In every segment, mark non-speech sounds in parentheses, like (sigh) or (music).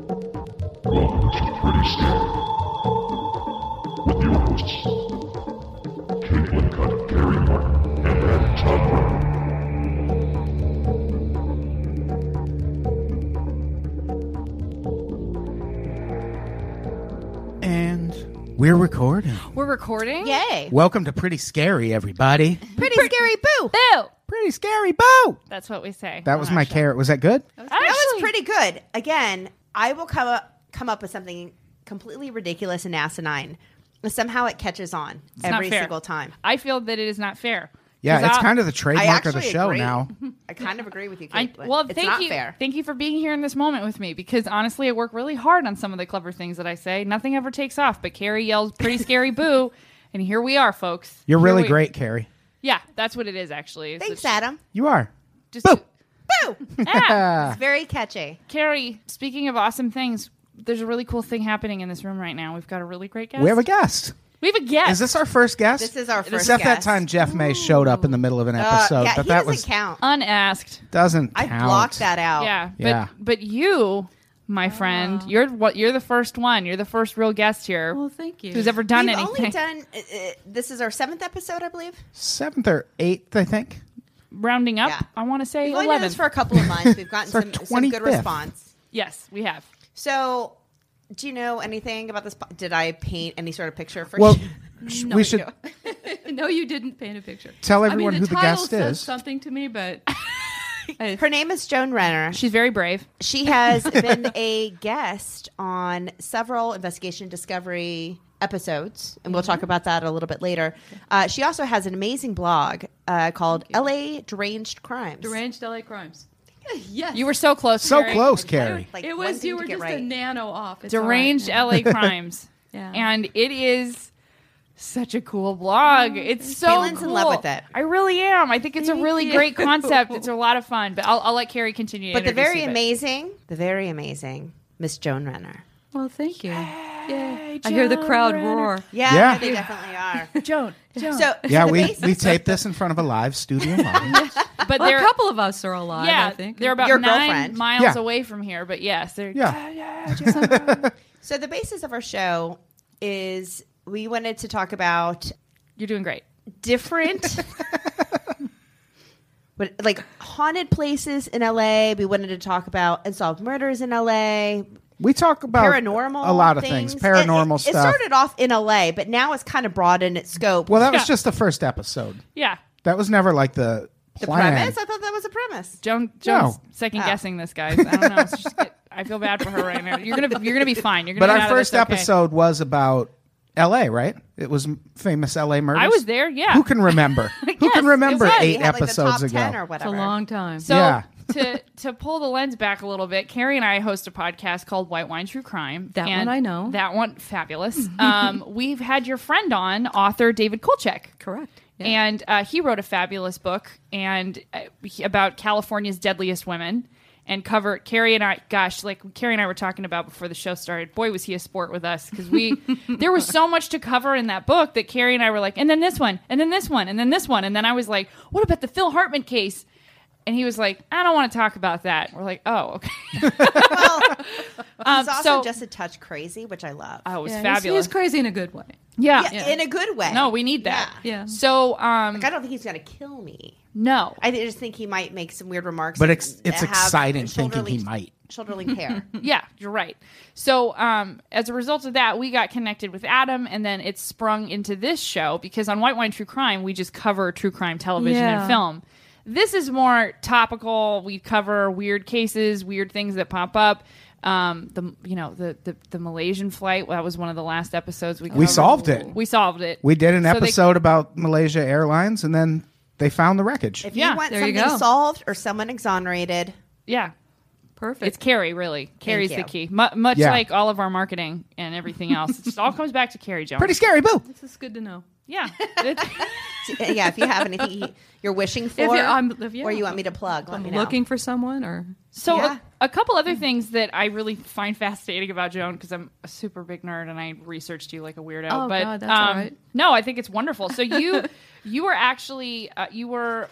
Welcome to the Pretty Scary with your hosts, Kate Wincott, Gary Martin, and Adam Todd Martin. And we're recording. We're recording? Yay. Welcome to Pretty Scary, everybody. Pretty scary boo. That Boo! Pretty Scary Boo! That's what we say. Oh, Oh, That was my carrot. Was that good? was pretty good. Again, I will come up come up with something completely ridiculous and asinine. But somehow it catches on not every fair. (laughs) single time. I feel that it is not fair. Yeah, 'Cause it's I- kind of the I trademark actually of the show agree. now. I kind of agree with you, I, Kate. well, it's thank not you. fair. Thank you for being here in this moment with me because honestly, I work really hard on some of the clever things that I say. Nothing ever takes off, but Carrie yells (laughs) pretty scary boo, and here we are, folks. You're Here really we- great, Carrie. Yeah, that's what it is actually. is Thanks, that Adam. You are. Uh, she- Just Boo! Boo. (laughs) Ah! it's very catchy. Carrie, speaking of awesome things, there's a really cool thing happening in this room right now. We've got a really great guest. We have a guest. We have a guest. Is this our first guest? This is our first Except that guest. time Jeff May showed up in the middle of an Uh, (laughs) episode, yeah, but he that doesn't was count. unasked? doesn't I count. blocked that out. Um, Yeah, but Yeah. but you, my friend, you're what you're the first one. You're the first real guest here. Well, thank you. Who's (laughs) ever done We've anything? only done. Uh, uh, this is our seventh episode, I believe. Seventh or eighth, I (laughs) think. Rounding up, Yeah. I want to say We've only done eleven. this for a couple of months. We've gotten (laughs) It's our some, some 25th. good response. yes, we have. So, do you know anything about this? po- Did I paint any sort of picture for Well, you? sh- we should No, you (laughs) didn't paint a picture. Tell I mean, everyone who the title guest says is. Something to me, but Her name is Joan Renner. She's very brave. She has (laughs) been a guest on several investigation discovery episodes, and we'll talk about that a little bit later. Uh, she also has an amazing blog uh, called "LA Deranged Crimes." deranged LA (laughs) crimes. yes, You were so close. so Carrie. close, Carrie. Like it one was thing you to were get just right. a nano off. It's all right Deranged now. LA crimes. (laughs) Yeah. and it is such a cool blog. It's so Kaylin's cool. Oh, in love with it. I really am. I think it's a Thank really you. great (laughs) concept. It's a lot of fun. But I'll, I'll let Carrie continue. to but the introduce very you, amazing, the very amazing Miss Joan Renner. Well, thank you. Yeah, I hear the crowd roar. Yeah, Yeah. they definitely are. Joan, Joan. (laughs) So, Yeah, so the we, basis- we taped this in front of a live (laughs) studio audience. But well, there, a couple of us are alive. yeah, I think they're about Your nine girlfriend. miles Yeah. away from here. But yes, they're yeah. so the basis of our show is we wanted to talk about You're doing great. (laughs) different but like haunted places in LA. We wanted to talk about unsolved murders in LA, We talk about paranormal a lot of things, paranormal It- it, stuff. It started off in LA, but now it's kind of broadened its scope. well, that was Yeah. just the first episode. Yeah. That was never like the the plan. premise, I thought that was a premise. Joan, Joan's No. Oh. second guessing this, guys. I don't know. She's get- I feel bad for her right now. You're gonna, you're gonna be fine. You're gonna. But get our out of first this okay. episode was about L.A. Right? It was m- famous L.A. murders. I was there. Yeah. Who can (laughs) remember? Who can it remember was. eight We had, like, episodes the ago? top 10 or it's a whatever. long time. So Yeah. to to pull the lens back a little bit, Carrie and I host a podcast called White Wine True Crime. That and one I know. That one (laughs) fabulous. um, we've had your friend on, author David Kolchek. Correct. Yeah. And uh, he wrote a fabulous book and uh, he- about California's deadliest women. and cover Carrie and I. Gosh, like Carrie and I were talking about before the show started. Boy, was he a sport with us because (laughs) we there was so much to cover in that book that Carrie and I were like, and then this one, and then this one, and then this one, and then I was like, what about the Phil Hartman case? And he was like, I don't want to talk about that. We're like, oh, okay. Well, Um, (laughs) he's also so just a touch crazy, which I love. oh, it was Yeah, he's- fabulous. He's, crazy in a good way. yeah. yeah, in a good way. No, we need that. Yeah. Yeah. So, um, Like, I don't think he's gonna kill me. no, I just think he might make some weird remarks. But and it's- it's have exciting thinking he shoulderly- might. shoulderly (laughs) care. yeah, you're right. So, um, as a result of that, we got connected with Adam, and then it sprung into this show because on White Wine True Crime, we just cover true crime television Yeah. and film. This is more topical. We cover weird cases, weird things that pop up. Um, the you know the, the the Malaysian flight that was one of the last episodes We we covered. solved it. we solved it. We did an So they- episode about Malaysia Airlines, and then they found the wreckage. (laughs) If Yeah, you want there you something go. solved or someone exonerated, yeah, Perfect. It's Carrie, really. Carrie's the you. key. Mu much Yeah. like all of our marketing and everything else, it just all comes back to Carrie Jones. Pretty scary, (laughs) boo. this is good to know. yeah. It- (laughs) yeah, if you have anything he- you're wishing for, you- I'm- if- yeah. or you want me to plug, let I'm me know. looking for someone, or so Yeah. a, a couple other Mm. things that I really find fascinating about Joan because I'm a super big nerd and I researched you like a weirdo. Oh, but God, that's um, all right. no, I think it's wonderful. So (laughs) you you were actually uh, you were.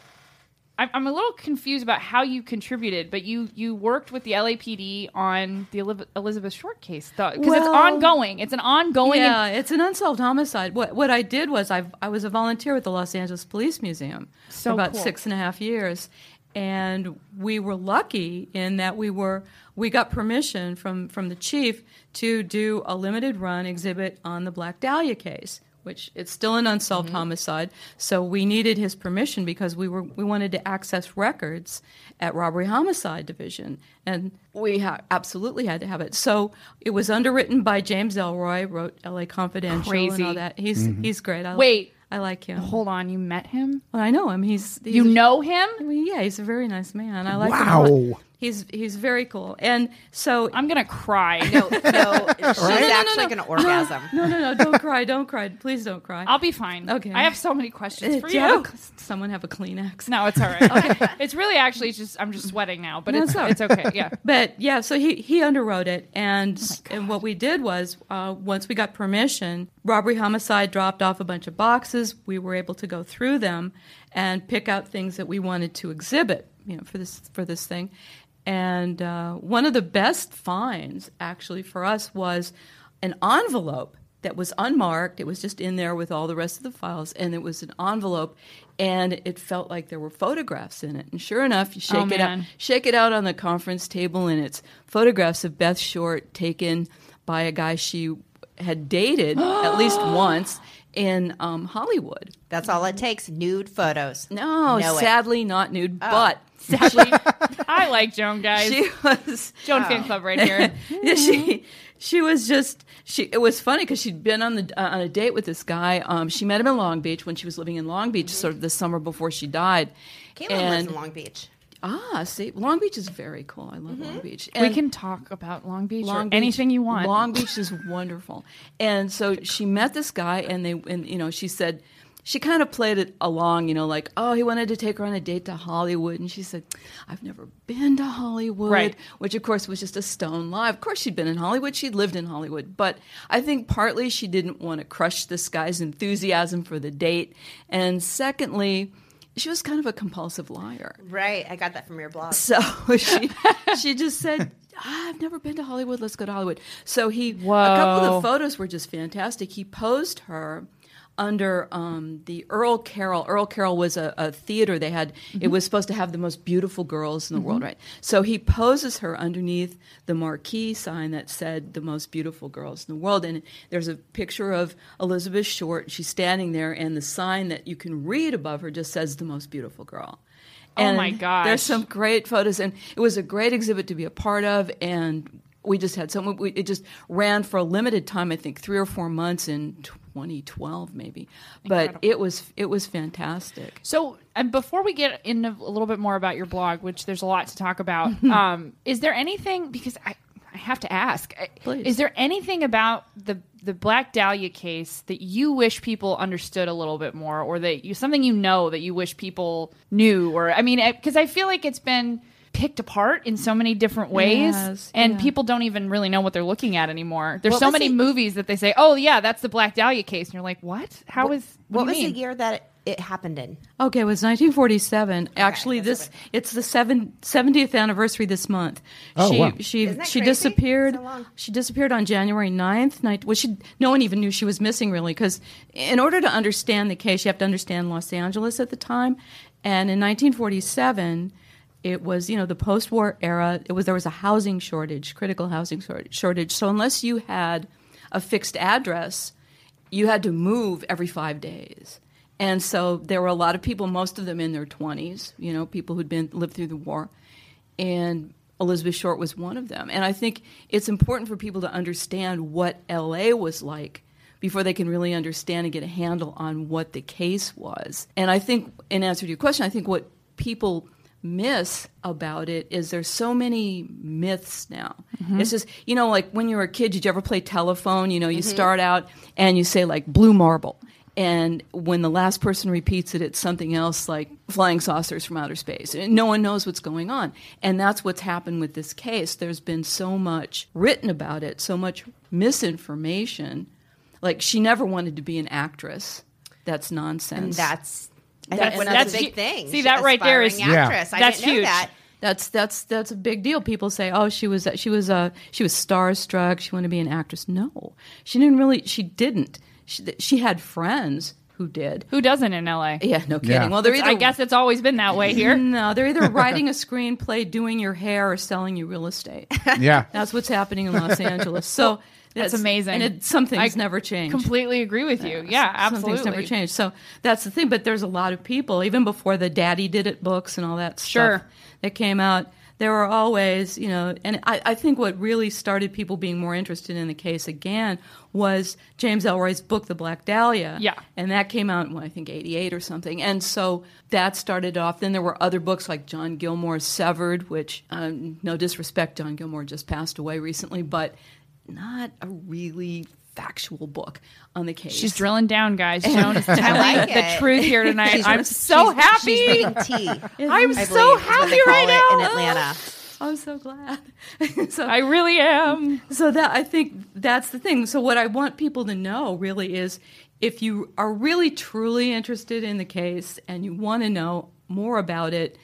I'm I'm a little confused about how you contributed, but you you worked with the LAPD on the Eliv- Elizabeth Short case because it's Well- ongoing. It's an ongoing yeah, it's an unsolved homicide. What what I did was I I was a volunteer with the Los Angeles Police Museum So for about cool. six and a half years, and we were lucky in that we were we got permission from from the chief to do a limited run exhibit on the Black Dahlia case, which it's still an unsolved Mm-hmm. homicide. So we needed his permission because we were we wanted to access records at Robbery Homicide Division, and we ha- absolutely had to have it. So it was underwritten by James Elroy, wrote L.A. Confidential Crazy. and all that. He's he's great. I li- Wait. I like him. Hold on, you met him? Well, I know him. He's, he's You a- know him? Well, yeah, he's a very nice man. I like him. a Wow. lot. He's he's very cool. And so I'm gonna cry. No, no, she's no, no, actually no. going to orgasm. no no no don't cry don't cry please don't cry. I'll be fine. (laughs) Okay. I have so many questions Uh, for do you. have a- someone have a Kleenex? no, it's all right. (laughs) It's really actually it's just I'm just sweating now, but No, it's it's it's all okay. Yeah. But yeah, so he, he underwrote it, Oh and and what we did was uh, once we got permission, robbery homicide dropped off a bunch of boxes. We were able to go through them and pick out things that we wanted to exhibit, you know, for this for this thing. And uh, one of the best finds actually for us was an envelope that was unmarked. It was just in there with all the rest of the files, and it was an envelope, and it felt like there were photographs in it. And sure enough, you shake Oh, it up man. shake it out on the conference table, and it's photographs of Beth Short taken by a guy she had dated (gasps) at least once in um, Hollywood. That's all it takes. Nude photos. No, Know it. sadly not nude, Oh. (laughs) but Actually, I like Joan guys. she Oh. was. Joan fan club right (laughs) here. Yeah, she she was just she. It was funny because she'd been on the uh, on a date with this guy. Um, she met him in Long Beach when she was living in Long Beach, sort of the summer before she died. Mm-hmm. Caitlin lives and in Long Mm-hmm. Beach. ah, see, Long Beach is very cool. I love Long Beach. we And- can talk about Long Beach or Long Beach- anything you want. Long Beach is wonderful. And so she met this guy, and they, and you know, she said, she kind of played it along, you know, like, oh, he wanted to take her on a date to Hollywood, and she said, I've never been to Hollywood, Right. which of course was just a stone lie. Of course, she'd been in Hollywood, she'd lived in Hollywood, but I think partly she didn't want to crush this guy's enthusiasm for the date, and secondly. She was kind of a compulsive liar. Right. I got that from your blog. So (laughs) she she just said, "Ah, "I've never been to Hollywood. Let's go to Hollywood." So he a couple Whoa. of the photos were just fantastic. He posed her under um, the Earl Carroll. Earl Carroll was a, a theater they had. It was supposed to have the most beautiful girls in the world, right? So he poses her underneath the marquee sign that said "the most beautiful girls in the world," and there's a picture of Elizabeth Short. She's standing there, and the sign that you can read above her just says "the most beautiful girl." Oh And my gosh. There's some great photos, and it was a great exhibit to be a part of. And we just had some. We, it just ran for a limited time, I think three or four months in 2012, maybe. But it was it was fantastic. So, and before we get into a little bit more about your blog, which there's a lot to talk (laughs) about, um, is there anything because I, I have to ask, I- Please. is there anything about the the Black Dahlia case that you wish people understood a little bit more, or that you something you know that you wish people knew, or I mean, because I feel like it's been picked apart in so many different ways Yes, and yeah. people don't even really know what they're looking at anymore there's What so was many the- movies that they say oh yeah that's the black dahlia case and you're like what How is What, do was you the mean? year that it, it happened in? Okay, it was 1947. Actually, this it's the seven, 70th anniversary this month. Oh, she wow. she Isn't that she crazy? disappeared. So long. she disappeared on January 9th. Night, well, she no one even knew she was missing really cuz in order to understand the case, you have to understand Los Angeles at the time. And in 1947, it was, you know, the post-war era. It was there was a housing shortage, critical housing short- shortage. So unless you had a fixed address, you had to move every five days. And so there were a lot of people, most of them in their 20s, you know, people who'd been lived through the war. And Elizabeth Short was one of them. And I think it's important for people to understand what LA was like before they can really understand and get a handle on what the case was. And I think, in answer to your question, I think what people miss about it is there's so many myths now. It's just, you know, like when you were a kid, did you ever play telephone? You know, you start out and you say, like, blue marble. And when the last person repeats it, it's something else like flying saucers from outer space. And No one knows what's going on. And that's what's happened with this case. There's been so much written about it, so much misinformation. Like, she never wanted to be an actress. That's nonsense. And that's I That's- think one that's of the hu- big things. see, that right there Aspiring is- Yeah. actress. I That's didn't know huge. that. That's that's that's a big deal. People say, "Oh, she was she was uh, she was starstruck. She wanted to be an actress." No, she didn't really. She didn't. She, she had friends who did. who doesn't in la Yeah, no kidding. Yeah. Well, they're either i guess it's always been that way here no, they're (laughs) either writing a screenplay, doing your hair, or selling you real (laughs) estate. Yeah. That's what's happening in Los Angeles. So that's amazing. and it, some things I never change. completely agree with you yeah absolutely Some things never change. So that's the thing. But there's a lot of people, even before the Daddy Did It books and all that Sure. stuff that came out, there were always, you know, and I, I think what really started people being more interested in the case again was James Elroy's book, The Black Dahlia. Yeah. And that came out in, what, I think, 88 or something. And so that started off. Then there were other books like John Gilmore's Severed, which, um, no disrespect, John Gilmore just passed away recently, but not a really factual book on the case. She's drilling down, guys. Joan is telling like the it. truth here tonight. I'm She's- so she's- happy. She's reading tea. I'm I so believe is what happy they call right it now. in Atlanta. I'm so glad. so, I really am. so that I think that's the thing. So what I want people to know really is if you are really truly interested in the case and you want to know more about it,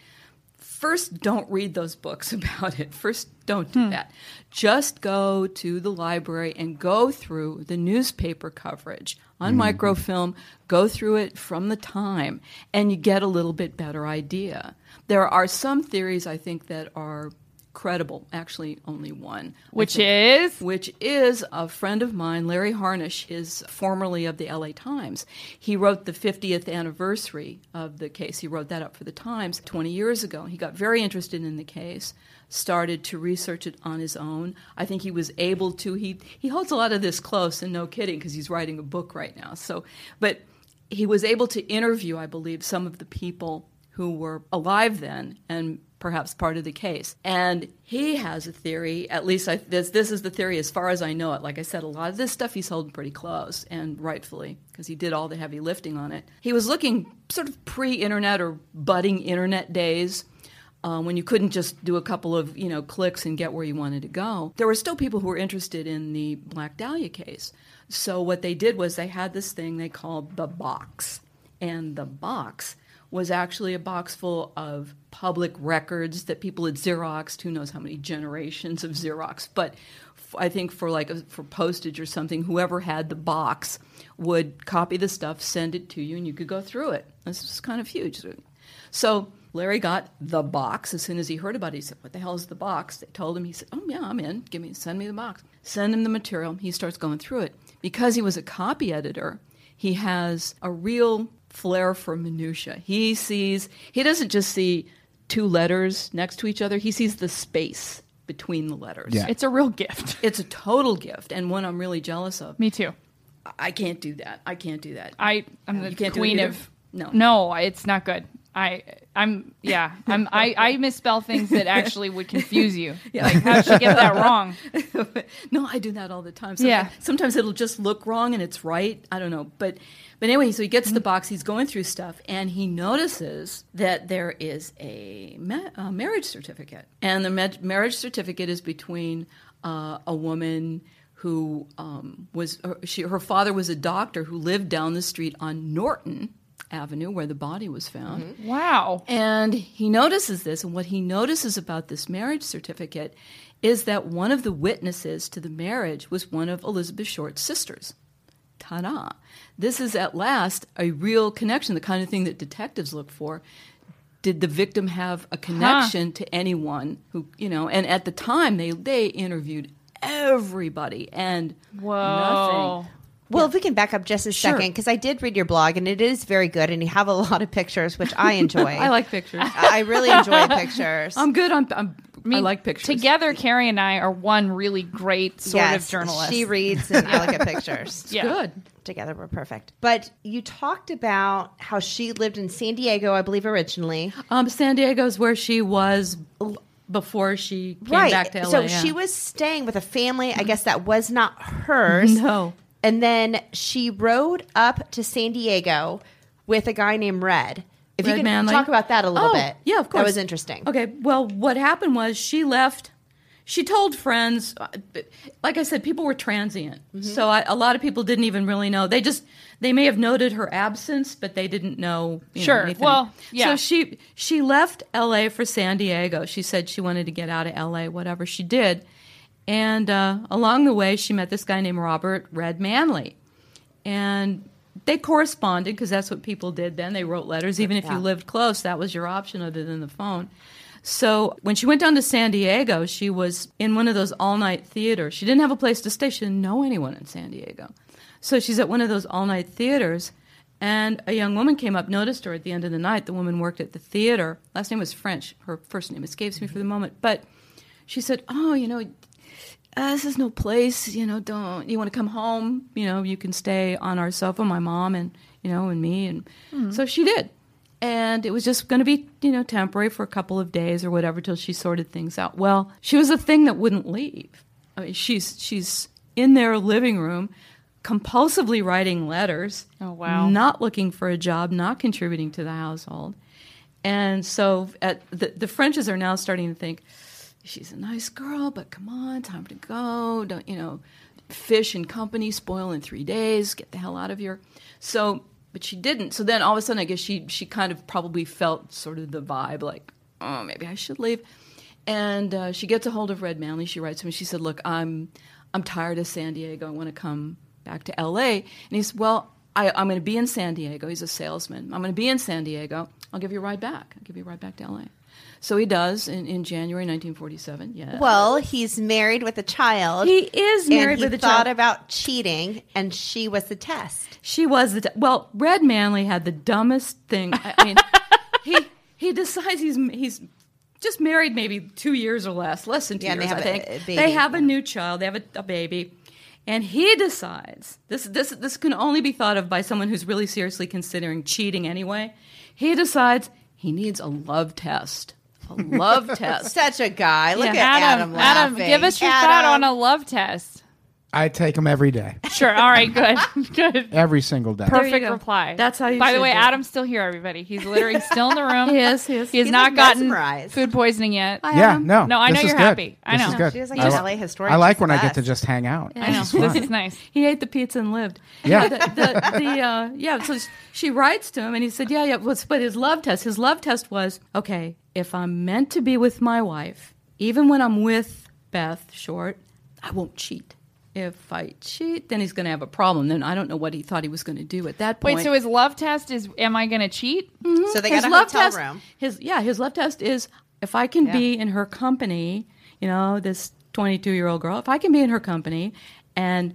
first don't read those books (laughs) about it. First don't do that. Just go to the library and go through the newspaper coverage on microfilm, go through it from the time and you get a little bit better idea. There are some theories I think that are credible, actually only one. I Which think is which is a friend of mine, Larry Harnish, is formerly of the LA Times. He wrote the 50th anniversary of the case. He wrote that up for the Times 20 years ago. He got very interested in the case, started to research it on his own. I think he was able to. He he holds a lot of this close and no kidding because he's writing a book right now. So, but he was able to interview, I believe, some of the people who were alive then and perhaps part of the case. And he has a theory, at least I, this, this is the theory as far as I know it. Like I said, a lot of this stuff he's holding pretty close, and rightfully, because he did all the heavy lifting on it. He was looking sort of pre internet or budding internet days. Uh, when you couldn't just do a couple of you know clicks and get where you wanted to go, there were still people who were interested in the Black Dahlia case. So what they did was they had this thing they called the box, and the box was actually a box full of public records that people had xeroxed who knows how many generations of xerox but f- i think for like a, for postage or something whoever had the box would copy the stuff send it to you and you could go through it this was kind of huge so larry got the box as soon as he heard about it he said what the hell is the box they told him he said oh yeah i'm in give me send me the box send him the material he starts going through it because he was a copy editor he has a real flair for minutia. He sees he doesn't just see two letters next to each other. He sees the space between the letters. Yeah. it's a real gift. It's a total gift and one I'm really jealous of. Me too. I can't do that. I can't do that. I I'm You the can't do it queen either? of No. No, it's not good. I I'm yeah I'm I, I misspell things that actually would confuse you. Like how would she get that wrong? (laughs) no, I do that all the time. Yeah. Sometimes, sometimes it'll just look wrong and it's right. I don't know. But but anyway, so he gets the box, he's going through stuff, and he notices that there is a, ma- a marriage certificate. And the ma- marriage certificate is between uh, a woman who um, was, her, she, her father was a doctor who lived down the street on Norton Avenue where the body was found. Wow. And he notices this, and what he notices about this marriage certificate is that one of the witnesses to the marriage was one of Elizabeth Short's sisters. Ta da! This is at last a real connection, the kind of thing that detectives look for. Did the victim have a connection to anyone who, you know, and at the time they, they interviewed everybody and Whoa. nothing. Well, if we can back up just a Sure. second, because I did read your blog and it is very good, and you have a (laughs) lot of pictures, which (laughs) I enjoy. I like pictures. I really enjoy (laughs) pictures. I'm good on, I'm, I, like pictures. Together, Carrie and I are one really great sort Yes, of journalist. She reads and I (laughs) look at pictures. yeah. Good. Together we're perfect. But you talked about how she lived in San Diego, I believe, originally. Um, San Diego's where she was l- before she came back to LA. So yeah. Mm-hmm. she was staying with a family, I guess that was not hers. No. And then she rode up to San Diego with a guy named Red. If you Red can Manley. talk about that a little Oh, bit. Yeah, of course. That was interesting. Okay. Well, what happened was she left. She told friends, uh, but- like I said, people were transient, Mm-hmm. so I, a lot of people didn't even really know. They just they may have noted her absence, but they didn't know. you know, Sure. anything. Well, yeah. So she she left L.A. for San Diego. She said she wanted to get out of L.A. Whatever she did, and uh, along the way, she met this guy named Robert Red Manley, and they corresponded because that's what people did then. They wrote letters, even if you lived close, that was your option other than the phone. So when she went down to San Diego, she was in one of those all night theaters. She didn't have a place to stay, she didn't know anyone in San Diego. So she's at one of those all night theaters, and a young woman came up, noticed her at the end of the night. The woman worked at the theater. Last name was French. Her first name escapes me for the moment. But she said, Oh, you know, uh, this is no place you know don't you want to come home you know you can stay on our sofa my mom and you know and me and Hmm. so she did and it was just going to be you know temporary for a couple of days or whatever till she sorted things out well she was a thing that wouldn't leave i mean she's she's in their living room compulsively writing letters Oh, wow. not looking for a job not contributing to the household and so at the, the Frenches are now starting to think, she's a nice girl, but come on, time to go. Don't, you know, fish and company spoil in three days. Get the hell out of here. So, but she didn't. So then all of a sudden, I guess she, she kind of probably felt sort of the vibe like, oh, maybe I should leave. And uh, she gets a hold of Red Manley. She writes him. She said, look, I'm, I'm tired of San Diego. I want to come back to LA. And he said, well, I, I'm going to be in San Diego. He's a salesman. I'm going to be in San Diego. I'll give you a ride back. I'll give you a ride back to LA. So he does in, in January 1947. Yeah. Well, he's married with a child. he is and married he with a thought child. about cheating, and she was the test. she was the d- well. Red Manley had the dumbest thing. I, (laughs) I mean, he he decides he's he's just married maybe two years or less, less than two Yeah, and years. I they have think a- a baby. they have a new child. They have a, a baby, and he decides this this this can only be thought of by someone who's really seriously considering cheating anyway. He decides he needs a love test. A love (laughs) test. Such a guy. Look Yeah. at Adam. Adam, Adam, laughing. give us your thought on Adam. a love test. I take them every day, Sure. All right. Good. (laughs) Good. every single day. There you Perfect go. reply. That's how you By the should way, do it. Adam's still here. Everybody, he's literally still in the room. (laughs) He is, he is. He has He's, not like, gotten mesmerized. food poisoning yet. Yeah, Um, no. No, I know this is you're good. happy. I This know. is good. She was like I an li- LA historian. I like She's when the I get to best. just hang out. I know. This is fun. This (laughs) is nice. He ate the pizza and lived. Yeah. The, the, the, uh, yeah. So sh- she writes to him and he said, yeah, yeah. But, but his love test, his love test was okay, if I'm meant to be with my wife, even when I'm with Beth Short, I won't cheat. If I cheat, then he's going to have a problem. Then I don't know what he thought he was going to do at that point. Wait. So his love test is: Am I going to cheat? So they his got a love hotel test, room. His yeah, his love test is if I can be in her company, you know, this 22 year old girl. If I can be in her company and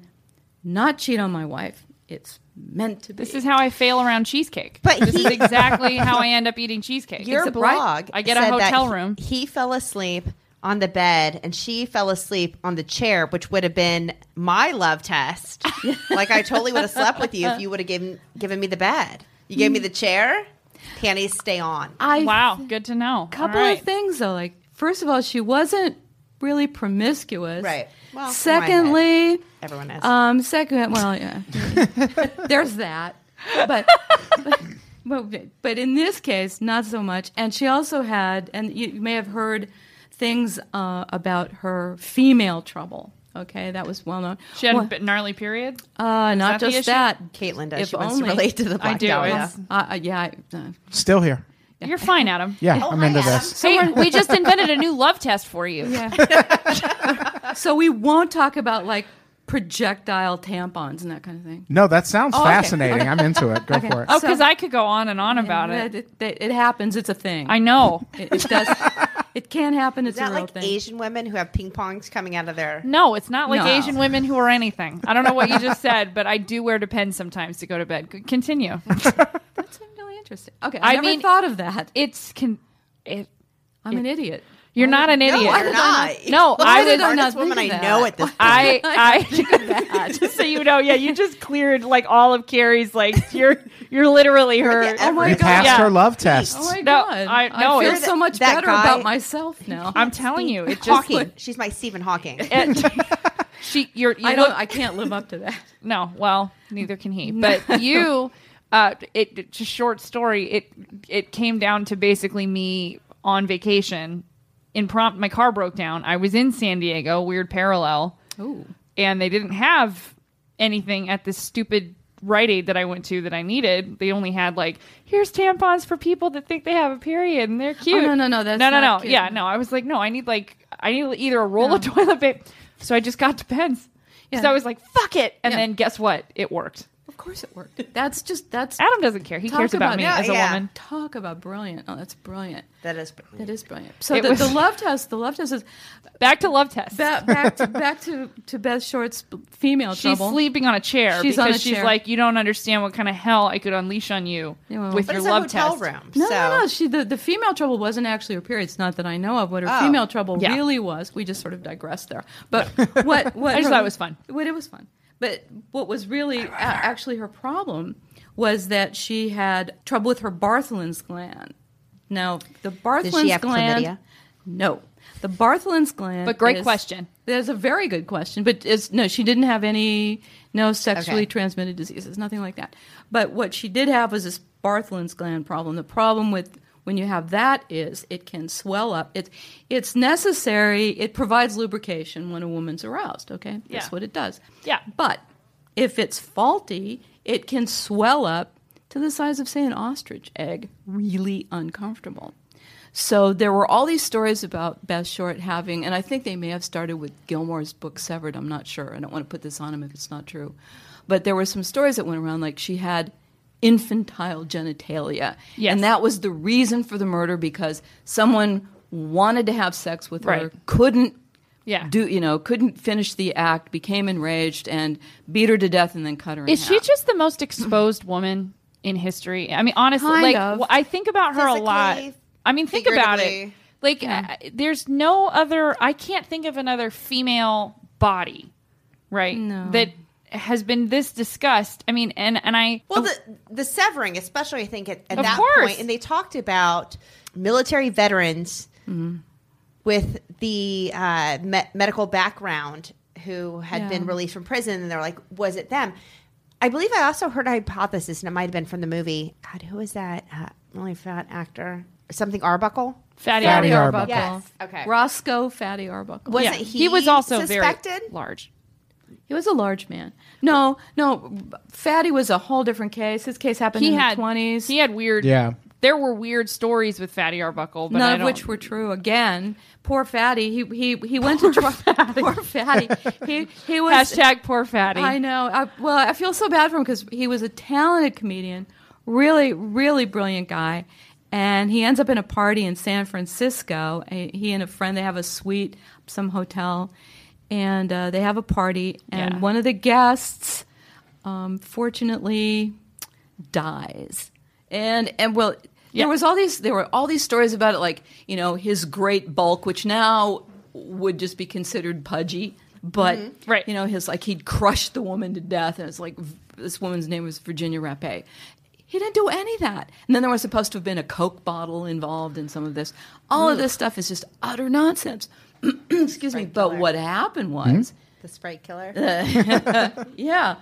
not cheat on my wife, it's meant to be. This is how I fail around cheesecake. But this he- is exactly how I end up eating cheesecake. Your Except, right, blog. I get a said that hotel he- room. He, fell asleep on the bed, and she fell asleep on the chair, which would have been my love test. like I totally would have slept with you if you would have given given me the bed. You gave me the chair. Panties stay on. I Wow, good to know. couple All right. of things though. Like first of all, she wasn't really promiscuous. Right. Well, mine Secondly, Everyone is. um, second, well, (laughs) yeah, there's that, but. but, but in this case, not so much. And she also had, and you, you may have heard things uh, about her female trouble. Okay, that was well known. She had Well, a bit gnarly period. uh, that not the just issue? that. Caitlin does. if She wants only- to relate to the I black do. Dahlia. It's- Uh, uh, yeah, I, uh, Still here. You're fine, Adam. Yeah, I'm into hi, Adam. this. Hey, we just invented a new love test for you. Yeah. uh, so we won't talk about like projectile tampons and that kind of thing. No, that sounds okay. fascinating. I'm into it. Go for it. Oh, So- because I could go on and on about Yeah, it. It, it happens. It's a thing. I know. It, it does. it can happen. It's Is that a real like thing. Asian women who have ping pongs coming out of their? No, it's not like No. Asian women who are anything. I don't know what you just said, but I do wear depends sometimes to go to bed. C- Continue. That's really interesting. Okay, I, I never mean- thought of that. It's can. It, I'm an (laughs) idiot. you're not an idiot. No, I'm not. No, I the was- smartest not woman I think of know that. at this. Point. I I (laughs) (laughs) just so you know, yeah, you just cleared like all of Carrie's like you're you're literally her. Yeah, You passed Yeah. her love test. Oh my No, god! I- no, feel it's- so much that better guy- about (laughs) myself now. I'm telling you, it just Hawking. She's my Stephen Hawking. it, she you're you I look- don't. I can't live up to that. No, well, neither can he. But you, uh, it, it's a short story. It it came down to basically me on vacation. In prompt, my car broke down. I was in San Diego. Weird parallel. (laughs) Ooh. And they didn't have anything at this stupid Rite Aid that I went to that I needed. They only had like, here's tampons for people that think they have a period and they're cute. Oh, no, no, no, that's no, no, not no. cute. Yeah, no. I was like, no, I need like, I need either a roll of No. toilet paper. So I just got Depends. Yeah. So I was like, fuck it. And Yeah. then guess what? It worked. Of course, it worked. That's just that's Adam doesn't care. He Talk cares about, about me it. as a Yeah. woman. talk about brilliant. Oh, that's brilliant. That is. That is brilliant. So It the, was- the love test, the love test is Back to love test. back back to back to, to Beth Short's (laughs) female she's trouble. sleeping on a chair She's on because a she's chair. like, you don't understand what kind of hell I could unleash on you Yeah, well- with But your it's love a hotel test. room. No, so. no, no. She the, the female trouble wasn't actually her period. It's not that I know of. What her Oh. female trouble Yeah. really was. We just sort of (laughs) digressed there. But what what I just her- thought it was fun. What it was fun. But what was really a- actually her problem was that she had trouble with her Bartholin's gland. Now the Bartholin's have gland. chlamydia? No, the Bartholin's gland. But great is- question. That's a very good question. But it's, no, she didn't have any no sexually Okay. transmitted diseases, nothing like that. But what she did have was this Bartholin's gland problem. The problem with when you have that is it can swell up. It, it's necessary. It provides lubrication when a woman's aroused. Okay, that's Yeah. what it does. Yeah. But if it's faulty, it can swell up to the size of, say, an ostrich egg. Really uncomfortable. So there were all these stories about Beth Short having, and I think they may have started with Gilmore's book Severed. I'm not sure. I don't want to put this on him if it's not true. But there were some stories that went around like she had infantile genitalia. Yes. And that was the reason for the murder because someone wanted to have sex with her, Right. couldn't Yeah. do you know, couldn't finish the act, became enraged and beat her to death and then cut her in Is she half. just the most exposed (clears throat) woman in history? I mean, honestly, Kind like of. wh- I think about her a lot. Physically, I mean, think about it. figuratively. Like, uh, there's no other. I can't think of another female body, right? No. That has been this discussed. I mean, and and I oh, Well, the, the severing, especially, I think at, at Of that course. point, and they talked about military veterans Mm-hmm. with the uh, me- medical background who had Yeah. been released from prison, and they're like, "Was it them?" I believe I also heard a hypothesis, and it might have been from the movie. God, who was that? Uh, really fat actor, something Arbuckle. fatty, Fatty Arbuckle. Arbuckle. Yes. Okay. Roscoe Fatty Arbuckle. Was- Yeah. Wasn't he, he was also very suspected? large. He was a large man. No, no, Fatty was a whole different case. His case happened He in had the 20s. He had weird. Yeah. There were weird stories with Fatty Arbuckle, but I None of don't- which were true. Again, poor Fatty. He he he went to trial. (laughs) Poor Fatty. He he was Hashtag poor fatty. I know. I, well, I feel so bad for him because he was a talented comedian, really, really brilliant guy, and he ends up in a party in San Francisco. He he and a friend they have a suite, some hotel, and uh, they have a party. And Yeah. one of the guests, um, fortunately, dies. And and well, Yeah. there was all these there were all these stories about it, like you know his great bulk, which now would just be considered pudgy, but Right. you know his like he'd crush the woman to death, and it's like v- this woman's name was Virginia Rappe. He didn't do any of that. And then there was supposed to have been a Coke bottle involved in some of this. All of this stuff is just utter nonsense. (clears throat) Excuse me. Frank But Miller. what happened was, The sprite killer. yeah,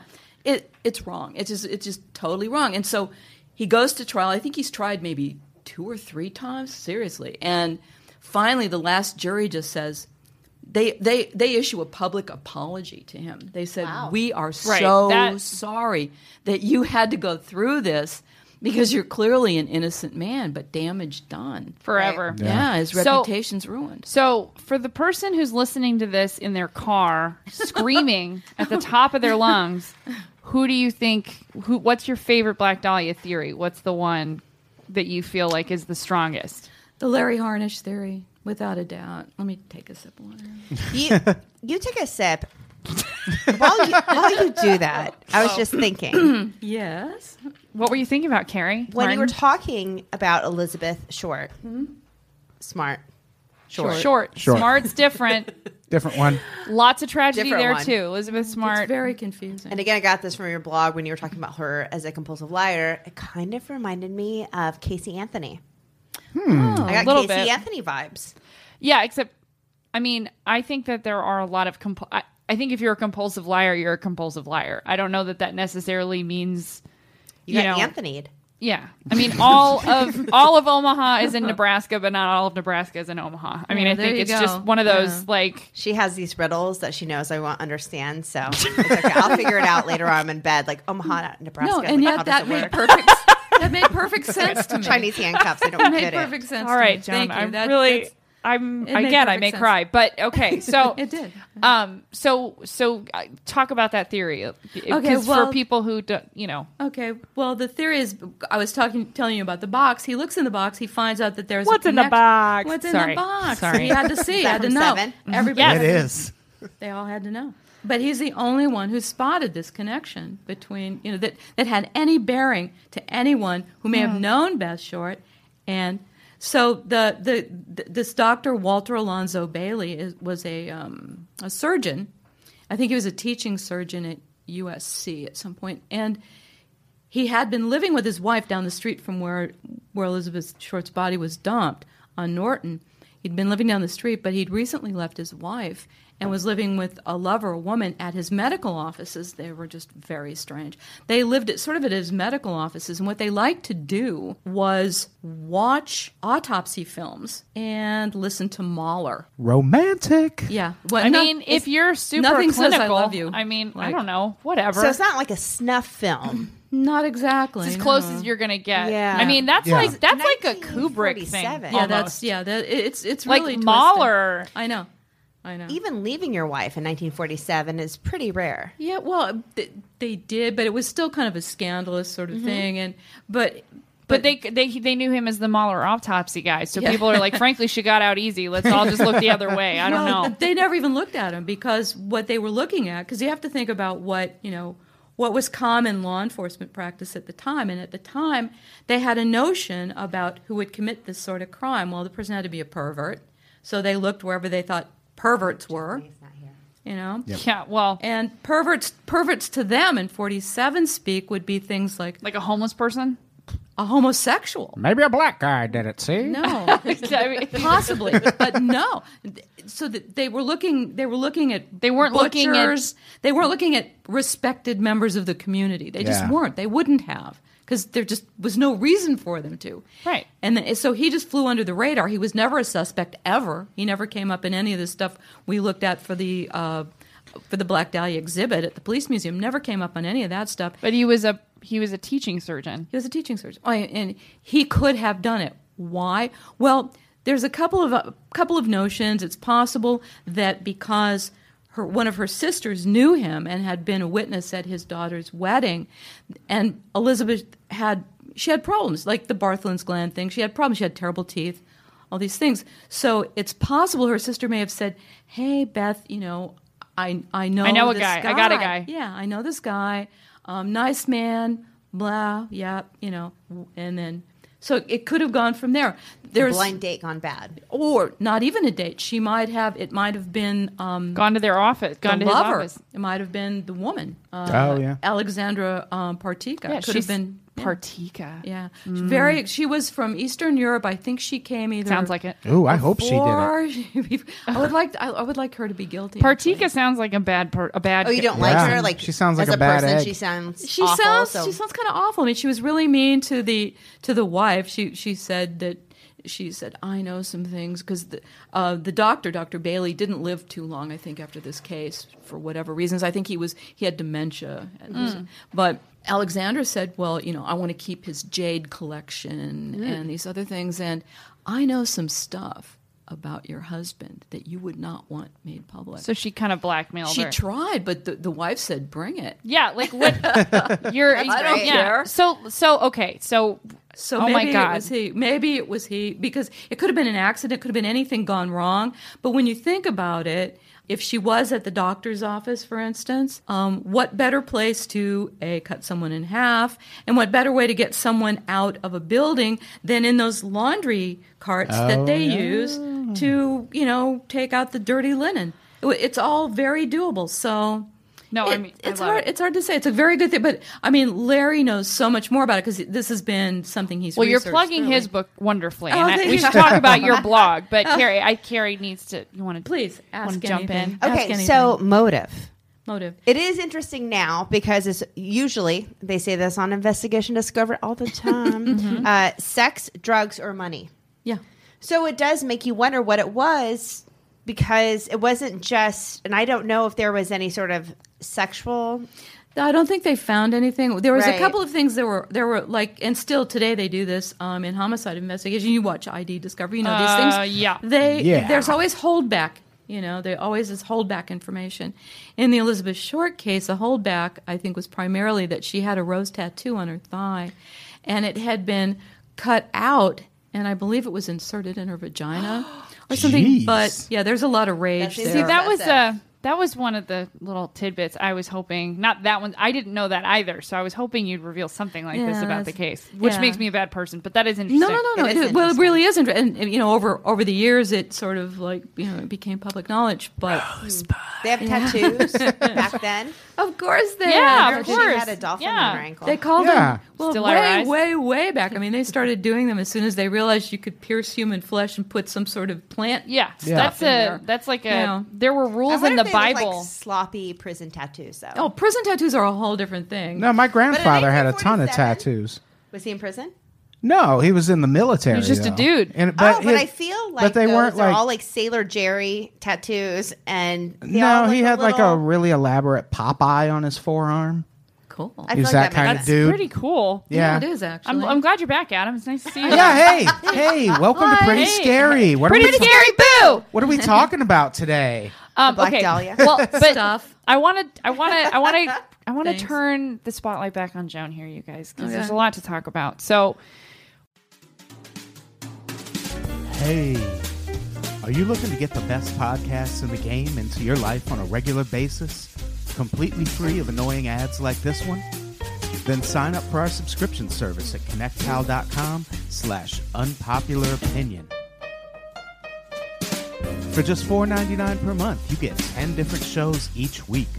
it it's wrong. It's just it's just totally wrong. And so he goes to trial. I think he's tried maybe two or three times. Seriously. And finally, the last jury just says. They, they they issue a public apology to him. They said Wow. we are so that- sorry that you had to go through this because you're clearly an innocent man, but damage done. forever. Yeah, his So- reputation's ruined. So, for the person who's listening to this in their car, (laughs) screaming at the top of their lungs, who do you think? Who? What's your favorite Black Dahlia theory? What's the one that you feel like is the strongest? The Larry Harnish theory, without a doubt. Let me take a sip of water. you, you take a sip. while, you, while you do that, I Oh. was (clears throat) just thinking Yes. What were you thinking about, Carrie? when you were Martin? talking about Elizabeth Short, Hmm? smart, short. Short. smart's different. Different one. Lots of tragedy Different there one. too. Elizabeth It's Smart. very confusing. And again, I got this from your blog when you were talking about her as a compulsive liar. It kind of reminded me of Casey Anthony. Oh. I got little Casey bit. Anthony vibes. Yeah, except, I mean, I think that there are a lot of. Comp- I, I think if you're a compulsive liar, you're a compulsive liar. I don't know that that necessarily means. You got You know. Anthony'd. Yeah, I (laughs) mean, all of all of Omaha is in Nebraska, but not all of Nebraska is in Omaha. I mean, Yeah, I there think you it's go. just one of those Yeah. like. She has these riddles that she knows I won't understand, so it's okay. I'll figure it out later on I'm in bed, like Omaha, not Nebraska. (laughs) No, and like, yet how that does made it work? perfect. that made (laughs) perfect sense to me. (laughs) Chinese handcuffs. I It don't made get it. perfect sense. All right, to Joan, me. Thank you. I'm That- really. that's- I'm. It I made get. I perfect may sense. cry, but (laughs) okay. So It did. Um. So so uh, talk about that theory. Okay. well- for people who do, you know, Okay. Well, the theory is I was talking telling you about the box. He looks in the box. He finds out that there's What's a in the connect- box? What's in Sorry. the box? Sorry. He had to see. Is that had to from know. Seven? Everybody. Yes. had It to- is. They all had to know. But he's the only one who spotted this connection between you know that that had any bearing to anyone who may have known Beth Short, and so the the th- this doctor Walter Alonzo Bailey is, was a um, a surgeon. I think he was a teaching surgeon at USC at some point, and he had been living with his wife down the street from where where Elizabeth Short's body was dumped on Norton. He'd been living down the street, but he'd recently left his wife and was living with a lover, a woman, at his medical offices. They were just very strange. They lived at sort of at his medical offices, and what they liked to do was watch autopsy films and listen to Mahler. Romantic. Yeah. Well, I not- mean, it's- if you're super nothing clinical, says I love you. I mean, I Like- don't know. Whatever. So it's not like a snuff film. (clears throat) not exactly It's as close no. as you're gonna get. Yeah. I mean, that's Yeah. like that's like a Kubrick thing. 1947. Yeah, almost. that's yeah. That, it- it's it's Like really Mahler. twisted. I know, I know. Even leaving your wife in 1947 is pretty rare. yeah, well, they, they did, but it was still kind of a scandalous sort Mm-hmm. of thing. And but But they they they knew him as the Mahler autopsy guy, so Yeah. people are like, frankly, she got out easy. Let's all just look the other way. I don't well, know. They never even looked at him because what they were looking at, because you have to think about what you know, what was common law enforcement practice at the time, and at the time they had a notion about who would commit this sort of crime. Well, the person had to be a pervert, so they looked wherever they thought perverts were. You know, (laughs) Yeah, well, and perverts perverts to them in forty seven speak would be things like like a homeless person. (laughs) a homosexual. Maybe a black guy did it. See. No. I mean, possibly but no so that they were looking they were looking at They weren't looking at- butchers. they weren't looking at respected members of the community they just Yeah. weren't they wouldn't have because there just was no reason for them to Right. and then, so he just flew under the radar he was never a suspect ever he never came up in any of the stuff we looked at for the uh, for the black dahlia exhibit at the police museum never came up on any of that stuff but he was a he was a teaching surgeon. he was a teaching surgeon, Oh, and he could have done it. Why? Well, there's a couple of a couple of notions. It's possible that because her one of her sisters knew him and had been a witness at his daughter's wedding, and Elizabeth had she had problems like the Bartholin's gland thing. She had problems. She had terrible teeth, all these things. So it's possible her sister may have said, "Hey, Beth, you know." I, I know I know a this guy. I got a guy." yeah, I know this guy, um, nice man, blah, yeah, you know, and then so it could have gone from there. There's Blind date gone bad. or not even a date. She might have. It might have been um, Gone to their office. Gone the to his lover. office. It might have been the woman. Uh, Oh, yeah. Alexandra um, Partika. Yeah, could she's- have been Partika. Yeah, She's very. She was from Eastern Europe. I think she came either. Sounds like it. Ooh, I hope she did it. before she- (laughs) I would like. I, I would like her to be guilty. Partika sounds like a bad part. A bad. Oh, you don't ca- like Yeah. her? Like She sounds like as a bad person, egg. She sounds. She awful, sounds. so- She sounds kind of awful. I mean, she was really mean to the to the wife. She she said that. She said, "I know some things because the, uh, the doctor, Doctor Bailey, didn't live too long. I think after this case, for whatever reasons, I think he was he had dementia. And- But Alexander said, "Well, you know, I want to keep his jade collection and these other things, and I know some stuff about your husband that you would not want made public." So she kind of blackmailed she her. tried, but the, the wife said, "Bring it." yeah, like (laughs) what? You're. I don't yeah. care. So so okay. So So Oh my maybe God. it was he. Maybe it was he because it could have been an accident, could have been anything gone wrong. But when you think about it, if she was at the doctor's office, for instance, um, what better place to a cut someone in half, and what better way to get someone out of a building than in those laundry carts that they Oh, use to, you know, take out the dirty linen? It w- It's all very doable. So no, I it- mean I it's love hard. it. It's hard to say. It's a very good thing, but I mean, Larry knows so much more about it because this has been something he's. Well, you're researched plugging thoroughly. his book wonderfully, Oh, and I, thank we you. Oh. should talk about (laughs) your blog. But Carrie, I Carrie needs to. You want to Please ask. want to jump anything. in? Ask Okay, anything. so motive. motive. It is interesting now because it's usually they say this on investigation discover (laughs) all the time. Mm-hmm. uh, sex, drugs, or money. Yeah. So it does make you wonder what it was because it wasn't just, and I don't know if there was any sort of sexual. I don't think they found anything. There was Right. a couple of things that were there were like, and still today they do this um, in homicide investigation. You watch ID Discovery, you know these Uh, things. yeah. they Yeah. there's always holdback. You know, they always is holdback information. In the Elizabeth Short case, the holdback I think was primarily that she had a rose tattoo on her thigh, and it had been cut out, and I believe it was inserted in her vagina (gasps) or something. Jeez. But yeah, there's a lot of rage That's- there. See, that was Process. a that was one of the little tidbits I was hoping. Not that one. I didn't know that either. So I was hoping you'd reveal something like this Yeah, about the that's- case, which yeah. makes me a bad person. But that is interesting. No, no, no, no. It It is well, it interesting. really isn't. And, and, you know, over over the years, it sort of like you know it became public knowledge. But Oh, They have (laughs) tattoos back then. Hmm. of course, they Yeah, Remember of she course. had a dolphin Yeah. on her ankle. they called Yeah. them well Still way, ironized? way, way back. I mean, they started doing them as soon as they realized you could pierce human flesh and put some sort of plant. Yeah, Yeah. that's a in there. that's like a. Yeah. There were I rules wonder in the if they look Bible. like sloppy prison tattoos, though. Oh, prison tattoos are a whole different thing. No, my grandfather had a ton of 1947? tattoos. Was he in prison? No, he was in the military. He was just a though. dude. And, oh, but his- I feel like but they those weren't are like all like Sailor Jerry tattoos, and they no, all look he had like a little- (laughs) really elaborate Popeye on his forearm. cool. I He feel was like that, kind makes of sense. dude. Pretty cool. yeah. it is actually. I'm, (laughs) I'm glad you're back, Adam. It's nice to see you. (laughs) Yeah, hey, hey, welcome to Pretty Hey. Scary. What are Pretty we ta- scary, boo. What are we talking about today? Um, Black okay. Dahlia. (laughs) Well, but Stuff. I want to. I want to. I want (laughs) to. I want to Thanks. turn the spotlight back on Joan here, you guys, because Okay. there's a lot to talk about. So Hey, are you looking to get the best podcasts in the game into your life on a regular basis, completely free of annoying ads like this one? Then sign up for our subscription service at connectcal.com slash unpopular opinion. For just $4.99 per month, you get 10 different shows each week,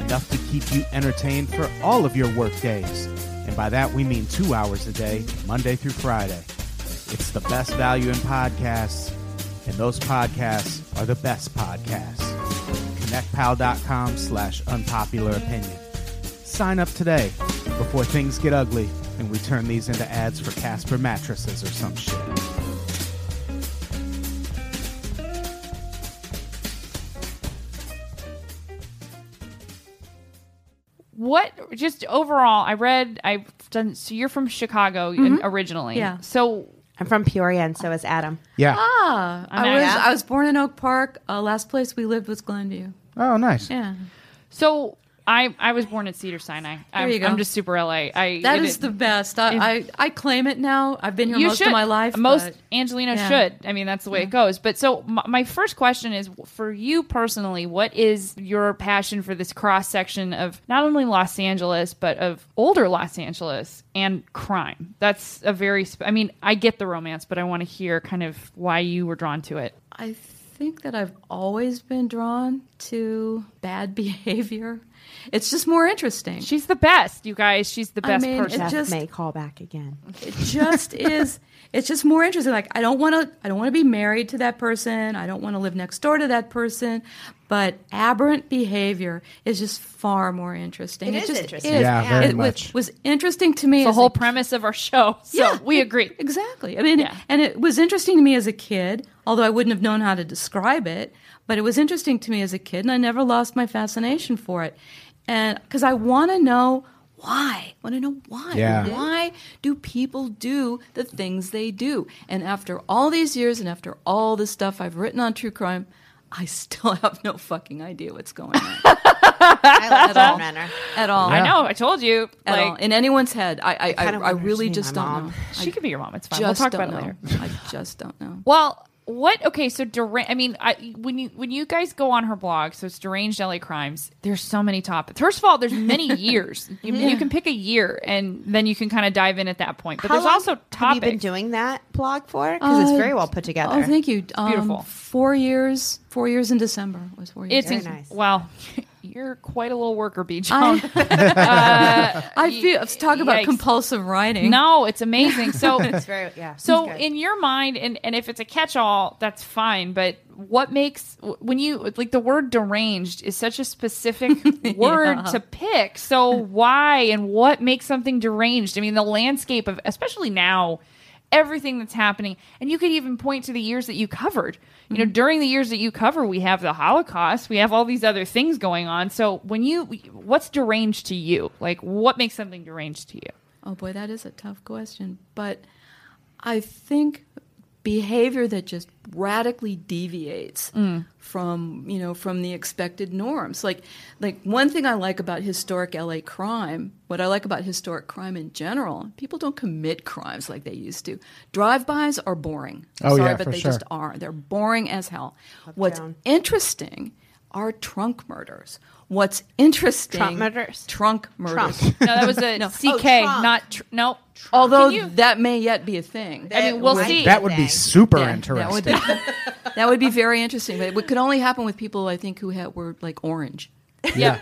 enough to keep you entertained for all of your work days. And by that, we mean two hours a day, Monday through Friday. It's the best value in podcasts, and those podcasts are the best podcasts. ConnectPal.com slash unpopular opinion. Sign up today before things get ugly and we turn these into ads for Casper mattresses or some shit. what just overall i read i've done so you're from chicago in- originally Mm-hmm. Yeah. so I'm from Peoria, and so is Adam. Yeah. ah, (laughs) I I'm was out. I was born in Oak Park. Uh, last place we lived was Glenview. Oh, nice. Yeah, so i i was born at cedar sinai i'm, you go. I'm just super la i that it is the best. I, I I claim it now. I've been here you most should of my life. most but- angelina yeah. should i mean that's the way it goes but so my, my first question is for you personally what is your passion for this cross section of not only los angeles but of older los angeles and crime that's a very sp- i mean i get the romance but i want to hear kind of why you were drawn to it I think that I've always been drawn to bad (laughs) behavior It's just more interesting. She's the best, you guys. She's the I best mean, it person. Jeff just- may call back again. it just is it's just more interesting like i don't want to i don't want to be married to that person i don't want to live next door to that person but aberrant behavior is just far more interesting It is just interesting. Yeah, very it was- much. was, interesting to me the as whole a premise of our show. So we e- agree. Exactly. I mean, Yeah. and it was interesting to me as a kid, although I wouldn't have known how to describe it, but it was interesting to me as a kid, and I never lost my fascination for it. And because I want to know why. want to know why. Yeah. Why do people do the things they do? And after all these years and after all the stuff I've written on true crime, I still (laughs) have no fucking idea what's going (laughs) on (laughs) I love all. John Renner. at all. I know. I told you. At like all. In anyone's head. I, I, I, kinda I wonder if really she's just my don't mom. know. (laughs) she could be your mom. It's fine. Just We'll talk don't about it know. later. I just don't know. Well, what? Okay, so Durant. I mean, I when you when you guys go on her blog, so it's deranged LA crimes. There's so many topics. First of all, there's (laughs) many years. You, you can pick a year, and then you can kind of dive in at that point. But How there's long also Have you topics. been doing that blog for? Because it's Uh, very well put together. Oh, thank you. Um, beautiful. Four years. Four years in December was four years. it's Very in- nice. wow. (laughs) You're quite a little worker, bee. Joan. I, (laughs) I feel. Talk about Uh, yikes. compulsive (laughs) writing. no, it's amazing. So (laughs) It's very yeah. So it's good. in your mind, and, and if it's a catch-all, that's fine. But what makes when you like the word deranged is such a (laughs) specific word to pick. So why and what makes something deranged? I mean, the landscape of especially now, everything that's happening, and you could even point to the years that you covered. You Mm-hmm. know, during the years that you cover, we have the Holocaust, we have all these other things going on. So when you, what's deranged to you? Like, what makes something deranged to you? Oh boy, that is a tough question. But I think behavior that just radically deviates Mm. from you know from the expected norms. Like like one thing I like about historic LA crime, what I like about historic crime in general, people don't commit crimes like they used to. Drive-bys are boring. Oh, Sorry, yeah, but for they sure. just are. They're boring as hell. What's down. interesting are trunk murders. What's interesting? Trump murders? Trunk murders. No, (laughs) that was a CK, Oh, Trump. not tr- no. Although Can you- that may yet be a thing. I mean, we'll That see. That would be Dang. super Yeah, That would, interesting. be, (laughs) that would be very interesting, but it could only happen with people I think who had, were like orange. (laughs) yeah.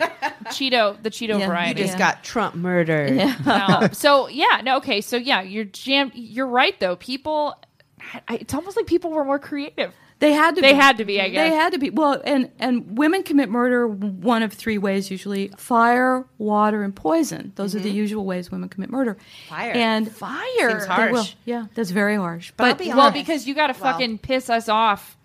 Cheeto, the Cheeto Yeah, you variety. just yeah. got Trump murdered. No. So yeah, no, okay. So yeah, you're jammed. You're right though. People, I, it's almost like people were more creative. They had to. They be. had to be, I guess. They had to be. Well, and and women commit murder one of three ways usually: fire, water, and poison. Those are the usual ways women commit murder. Fire. and Fire. Seems They harsh. will. Yeah, that's very harsh. But I'll But be Well, honest. because you got to Well. fucking piss us off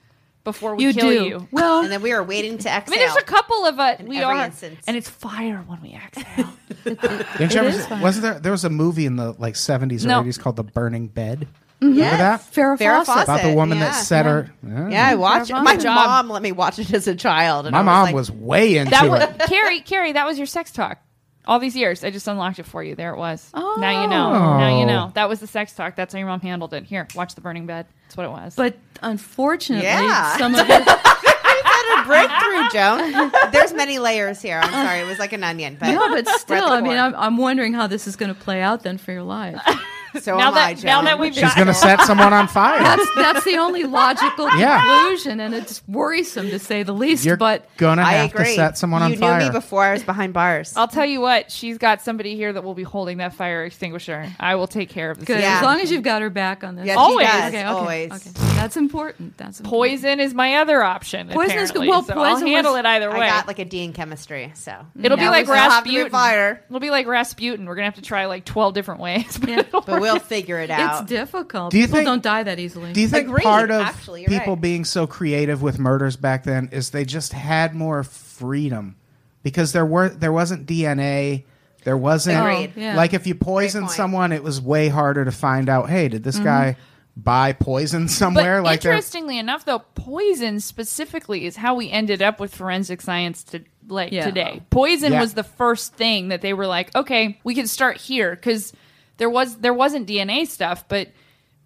before we you kill do. you. Well, And then we were waiting to I exhale. mean, there's a couple of uh, we every are, instance. and it's fire when we exhale. Didn't you It ever is see- fun. wasn't there? There was a movie in the like seventies or No. eighties called The Burning Bed. Mm-hmm. yes. that? Farrah Farrah Fawcett. About the woman that yeah. set her. Yeah, I watched it. My Good job. mom let me watch it as a child. And My I was mom like, was way into That it. was Carrie. Carrie, that was your sex talk. All these years, I just unlocked it for you. There it was. Oh. Now you know. Now you know. That was the sex talk. That's how your mom handled it. Here, watch the burning bed. That's what it was. But unfortunately, Yeah. some (laughs) of it. had (laughs) a breakthrough, Joan. There's many layers here. I'm sorry, it was like an onion, but No, (laughs) but still, I mean, core. I'm, I'm wondering how this is going to play out then for your life. (laughs) so now am I, that Joan. now that (laughs) we've She's got (laughs) gonna set someone on fire. That's that's the (laughs) only logical Yeah. conclusion, and it's worrisome to say the least. You're but gonna I have agree. to set someone on you fire. knew me before I was behind bars. I'll tell you what, she's got somebody here that will be holding that fire extinguisher. I will take care of this. good, Yeah. as long as you've got her back on this. Yes, Okay, she Always. does, okay, always. okay. That's important. That's important. Poison is my other option. Poison is apparently, good. Well, so poison I'll handle was- it either way. I got like a D in chemistry, so it'll be Now like we still have to be Rasputin. fire. It'll be like Rasputin. We're gonna have to try like twelve different ways. (laughs) but Yeah. it'll but work. we'll figure it It's out. difficult. Do you People think- don't die that easily. Do you think Agreed, part of actually, you're people right. being so creative with murders back then is they just had more freedom because there were there wasn't DNA, there wasn't Agreed. Oh, yeah. like if you poisoned point. someone, it was way harder to find out. Hey, did this guy buy poison But somewhere? like they're- interestingly enough, though, poison specifically is how we ended up with forensic science to like Yeah. today. Poison Yeah. was the first thing that they were like, okay, we can start here because there was there wasn't DNA stuff. But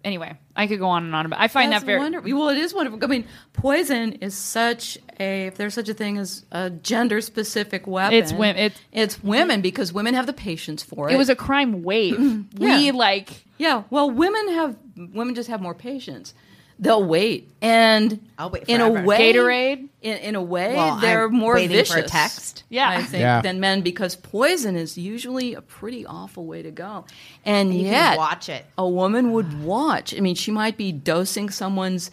anyway, I could go on and on about. I find That's that very wonderful. Well, it is wonderful. I mean, poison is such a if there's such a thing as a gender specific weapon. It's wom- it- it's women because women have the patience for it. It was a crime wave. (laughs) Yeah. We like yeah. Well, women have women just have more patience. they'll wait. And I'll wait in a forever. way, Gatorade? In, in a way, Well, they're I'm more waiting vicious. for a text. Yeah. I think Yeah. than men because poison is usually a pretty awful way to go. And You yet, can watch it. a woman would watch. I mean, she might be dosing someone's.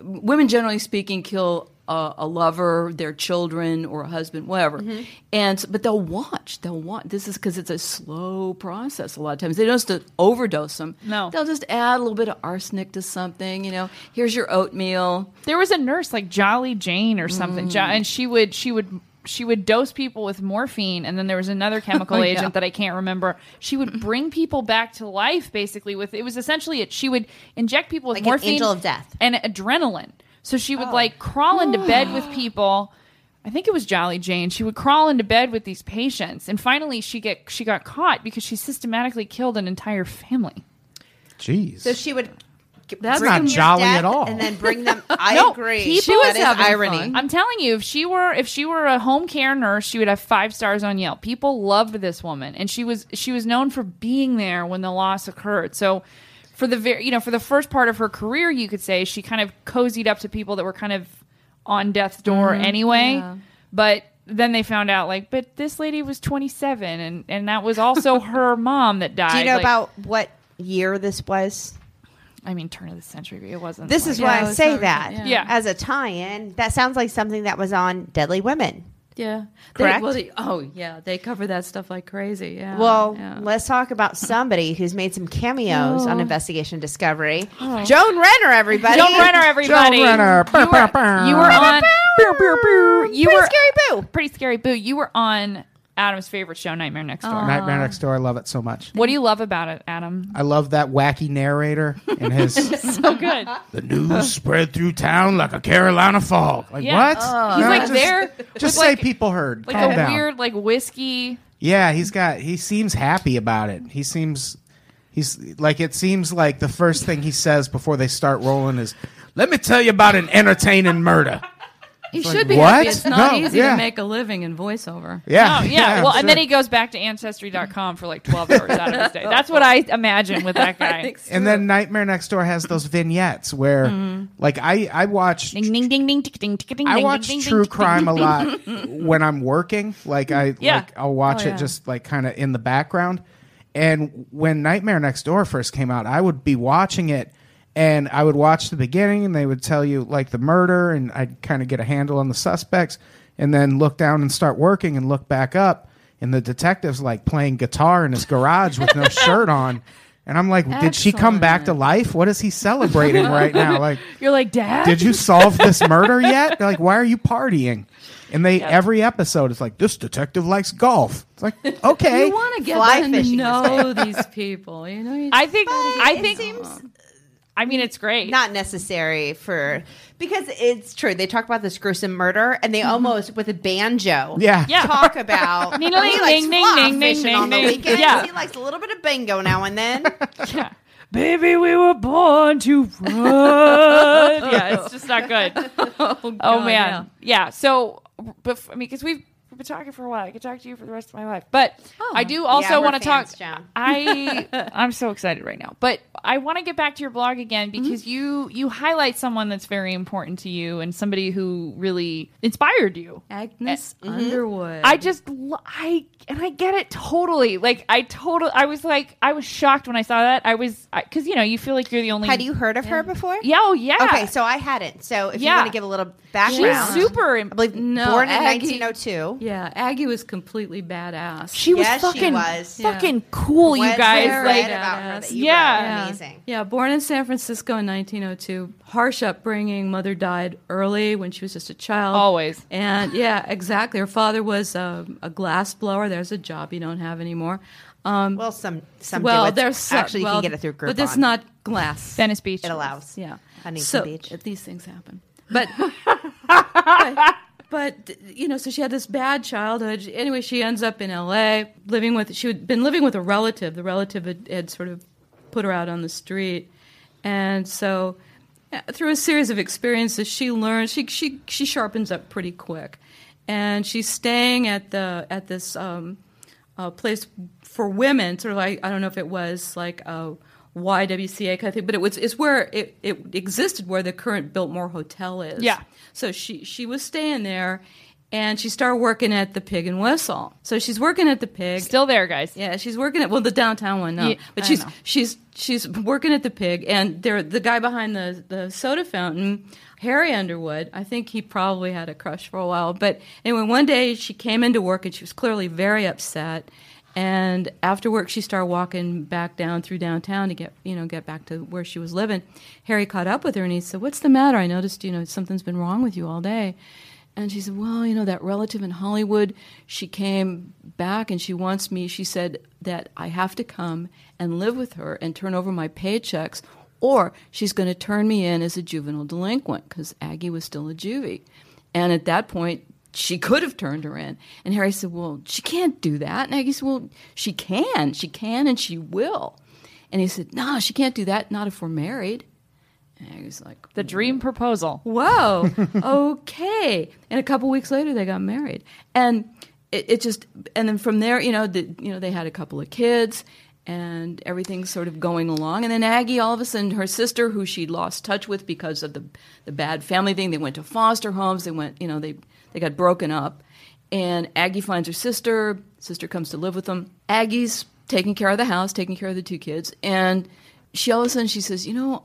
Women, generally speaking, kill a, a lover, their children, or a husband, whatever. Mm-hmm. And but they'll watch. They'll watch. This is because it's a slow process. A lot of times, they don't just overdose them. No. they'll just add a little bit of arsenic to something. You know, here's your oatmeal. There was a nurse like Jolly Jane or something, Jo- Mm. and she would she would she would dose people with morphine, and then there was (laughs) another chemical Oh, yeah. agent that I can't remember. She would bring people back to life, basically. With it was essentially it. She would inject people with Like an morphine, angel of death. Oh. and adrenaline. So she would like crawl into bed (gasps) with people. I think it was Jolly Jane. She would crawl into bed with these patients, and finally she get she got caught because she systematically killed an entire family. Jeez. So she would. g- That's bring not them to jolly death at all. And then (laughs) bring them. I No, agree. people- She was That is having irony. fun. I'm telling you, if she were if she were a home care nurse, she would have five stars on Yelp. People loved this woman, and she was she was known for being there when the loss occurred. So, for the very you know for the first part of her career, you could say she kind of cozied up to people that were kind of on death's door anyway. yeah. But then they found out like, but this lady was 27, and and that was also her mom that died. Do you know Like, about what year this was? I mean, turn of the century. It wasn't. This like- is Yeah, why it I was say not- that yeah. Yeah. as a tie-in. That sounds like something that was on Deadly Women. Yeah, Correct? They, well, they- oh yeah, they cover that stuff like crazy. Yeah. Um, Well, yeah. (laughs) let's talk about somebody who's made some cameos on Investigation Discovery. Joan Renner, everybody. Oh. Joan Renner, (laughs) everybody. Renner. You were, you were on. You Pretty were scary boo. pretty scary boo. You were on Adam's favorite show, Nightmare Next Door. Nightmare Next Door. I love it so much. What do you love about it, Adam? I love that wacky narrator and his. So Oh, good. the news spread through town like a Carolina fog. Like Yeah. Uh-huh. what? He's No, like just, there. with, Just say like, people heard. like Calm a down. weird like whiskey. Yeah, he's got. He seems happy about it. He seems. He's like it seems like the first thing he says before they start rolling is, "Let me tell you about an entertaining murder." you like, should be what? happy. It's not No, easy yeah. to make a living in voiceover. Yeah. Oh yeah. well, sure. and then he goes back to ancestry.com for like 12 hours out of his day. That's what I imagine with (laughs) that guy. And then Nightmare Next Door has those vignettes where, Mm-hmm. like, I I watch ding ding ding ding tick, ding tick, ding I ding, watch ding, ding, true tick, ding. crime a lot (laughs) when I'm working. Like I Yeah. like I'll watch Oh, it yeah. just like kind of in the background. And when Nightmare Next Door first came out, I would be watching it and I would watch the beginning and they would tell you like the murder and I'd kind of get a handle on the suspects and then look down and start working and look back up and the detective's like playing guitar in his garage with no shirt on. And I'm like, did she come back to life? What is he celebrating right now? Like You're like, "Dad?" did you solve this murder yet? They're like, why are you partying? And they every episode is like, this detective likes golf. It's (laughs) like, okay, You want to get Fly them to fishing is know these people. You know, you I think I it think seems- I mean it's great. Not necessary for because it's true. They talk about this gruesome murder, and they Mm-hmm. almost with a banjo, Yeah. Yeah. (laughs) talk about. Ding, ding, he likes ding, ding, fly ding, ding, fishing on the ding, ding. weekends. Yeah. He likes a little bit of bingo now (laughs) and then. Yeah. Baby, we were born to run. (laughs) yeah, it's just not good. (laughs) Oh, God, man, yeah. So, but I mean, because we've we've been talking for a while, I could talk to you for the rest of my life. But I do also Oh, we're want to talk. fans, Joan. I I'm so excited right now. But I want to get back to your blog again Mm-hmm. because you you highlight someone that's very important to you and somebody who really inspired you. Agnes Mm-hmm. Underwood. I just lo- I and I get it totally. Like I total I was like I was shocked when I saw that. I was because you know you feel like you're the only. Had you heard of her before? Yeah. Oh yeah. Okay, so I hadn't. So if Yeah. you want to give a little background, she's super. I believe No, born Aggie- in 1902. yeah, Aggie was completely badass. she was Yeah, she fucking was. fucking Oh, cool. You When guys I read like about her that you Yeah. read, yeah. amazing. Yeah, born in San Francisco in 1902. Harsh upbringing. Mother died early when she was just a child. Always. And yeah, exactly. Her father was a, a glass blower. There's a job you don't have anymore. Um, Well, some some well, do. It's- there's some- actually you well, can get it through Groupon. but it's not glass. Venice Beach. It allows. (laughs) Yeah. Huntington so, Beach. uh, These things happen. (laughs) But, but, but, you know, so she had this bad childhood. Anyway, she ends up in LA living with, she had been living with a relative. The relative had, had sort of put her out on the street. And so uh, through a series of experiences, she learns, she, she, she sharpens up pretty quick. And she's staying at the, at uh, this, um, a place for women, sort of like I don't know if it was like a YWCA kind of thing, but it was it's where it, it existed where the current Biltmore Hotel is. Yeah. So she she was staying there, and she started working at the Pig and Whistle. So she's working at the Pig. Still there, guys. Yeah, she's working at well the downtown one, no, Yeah, but I she's know. she's she's working at the Pig, and there the guy behind the the soda fountain, Harry Underwood. I think he probably had a crush for a while, but anyway, one day she came into work and she was clearly very upset. And after work, she started walking back down through downtown to get you know get back to where she was living. Harry caught up with her and he said, "What's the matter? I noticed you know something's been wrong with you all day." And she said, Well, you know, that relative in Hollywood, she came back and she wants me, she said that I have to come and live with her and turn over my paychecks, or she's going to turn me in as a juvenile delinquent because Aggie was still a juvie. And at that point, she could have turned her in. And Harry said, Well, she can't do that. And Aggie said, Well, she can. She can and she will. And he said, No, she can't do that, not if we're married. And Aggie's like, The dream proposal. whoa, okay. And a couple weeks later, they got married, and it, it just and then from there, you know, the, you know, they had a couple of kids, and everything's sort of going along. And then Aggie, all of a sudden, her sister, who she lost touch with because of the the bad family thing, they went to foster homes. They went, you know, they they got broken up, and Aggie finds her sister. Sister comes to live with them. Aggie's taking care of the house, taking care of the two kids, and she all of a sudden she says, you know.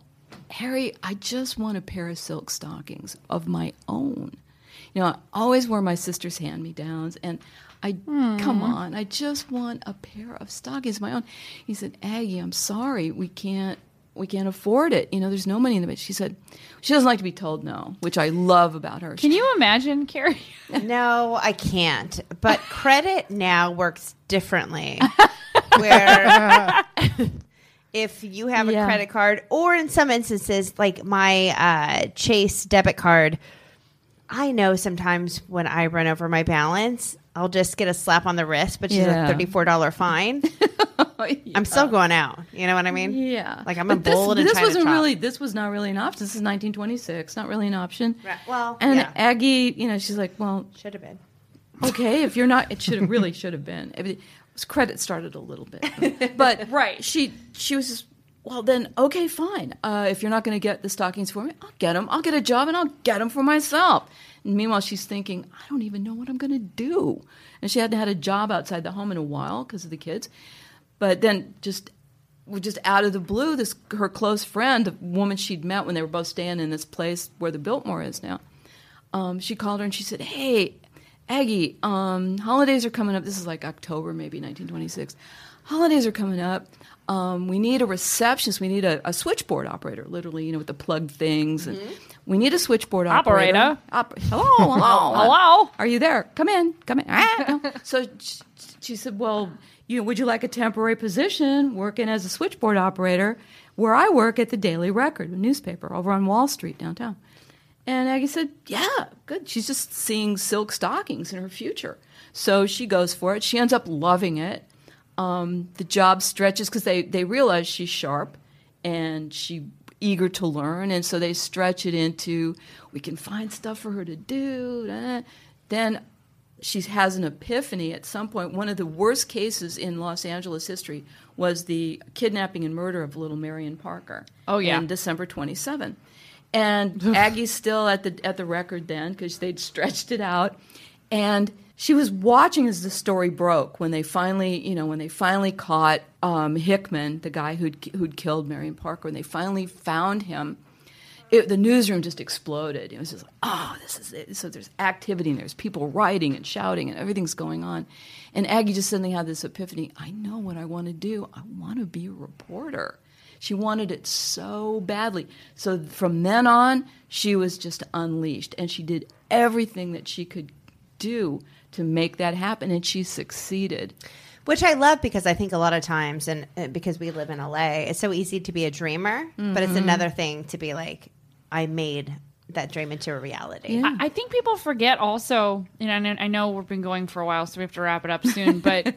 Harry, I just want a pair of silk stockings of my own. You know, I always wear my sister's hand me downs, and I, Hmm. come on, I just want a pair of stockings of my own. He said, Aggie, I'm sorry, we can't. We can't afford it. You know, there's no money in the bit. She said, she doesn't like to be told no, which I love about her. (laughs) Can you imagine, (laughs) Carrie? No, I can't. (laughs) But credit now works differently. Where (laughs) if you have a Yeah. credit card, or in some instances, like my uh, Chase debit card, I know sometimes when I run over my balance, I'll just get a slap on the wrist, which Yeah. is a $34 fine. I'm still going out. You know what I mean? Oh. yeah, Like I'm But a bold This, and this China wasn't shop. really. This was not really an option. This is 1926. Not really an option. Right. Well, and yeah. Aggie, you know, she's like, well, Should have been. okay if you're not it should have really should have been it was, credit started a little bit but Right. she she was just well then okay fine uh, if you're not going to get the stockings for me i'll get them i'll get a job and i'll get them for myself and meanwhile she's thinking i don't even know what i'm going to do and she hadn't had a job outside the home in a while because of the kids but then just well, just out of the blue, this her close friend, the woman she'd met when they were both staying in this place where the Biltmore is now, um, she called her and she said, "Hey, Aggie, um, holidays are coming up. This is like October, maybe 1926. Holidays are coming up. Um, we need a receptionist. We need a, a switchboard operator, literally, you know, with the plug things. And we need a switchboard operator. Operator. Op- hello, (laughs) hello, Hello? Are you there? Come in, come in. Ah, no. so she, she said, "Well, you know, would you like a temporary position working as a switchboard operator where I work at the Daily Record, a newspaper over on Wall Street downtown?" And Aggie said, Yeah, good. She's just seeing silk stockings in her future. So she goes for it. She ends up loving it. Um, the job stretches because they, they realize she's sharp and she eager to learn. And so they stretch it into we can find stuff for her to do. da, da. Then she has an epiphany at some point. One of the worst cases in Los Angeles history was the kidnapping and murder of little Marion Parker. Oh, yeah. in December 27. And Aggie's still at the at the record then because they'd stretched it out, and she was watching as the story broke when they finally you know when they finally caught um, Hickman, the guy who'd who'd killed Marion Parker, when they finally found him it, the newsroom just exploded. It was just like, oh, this is it. So there's activity and there's people writing and shouting and everything's going on. And Aggie just suddenly had this epiphany I know what I want to do. I want to be a reporter. She wanted it so badly. So from then on, she was just unleashed and she did everything that she could do to make that happen and she succeeded. (laughs) Which I love because I think a lot of times, and uh, because we live in LA, it's so easy to be a dreamer, but Mm-hmm. it's another thing to be like, I made that dream into a reality. Yeah. I think people forget also, you know, and I know we've been going for a while, so we have to wrap it up (laughs) soon, but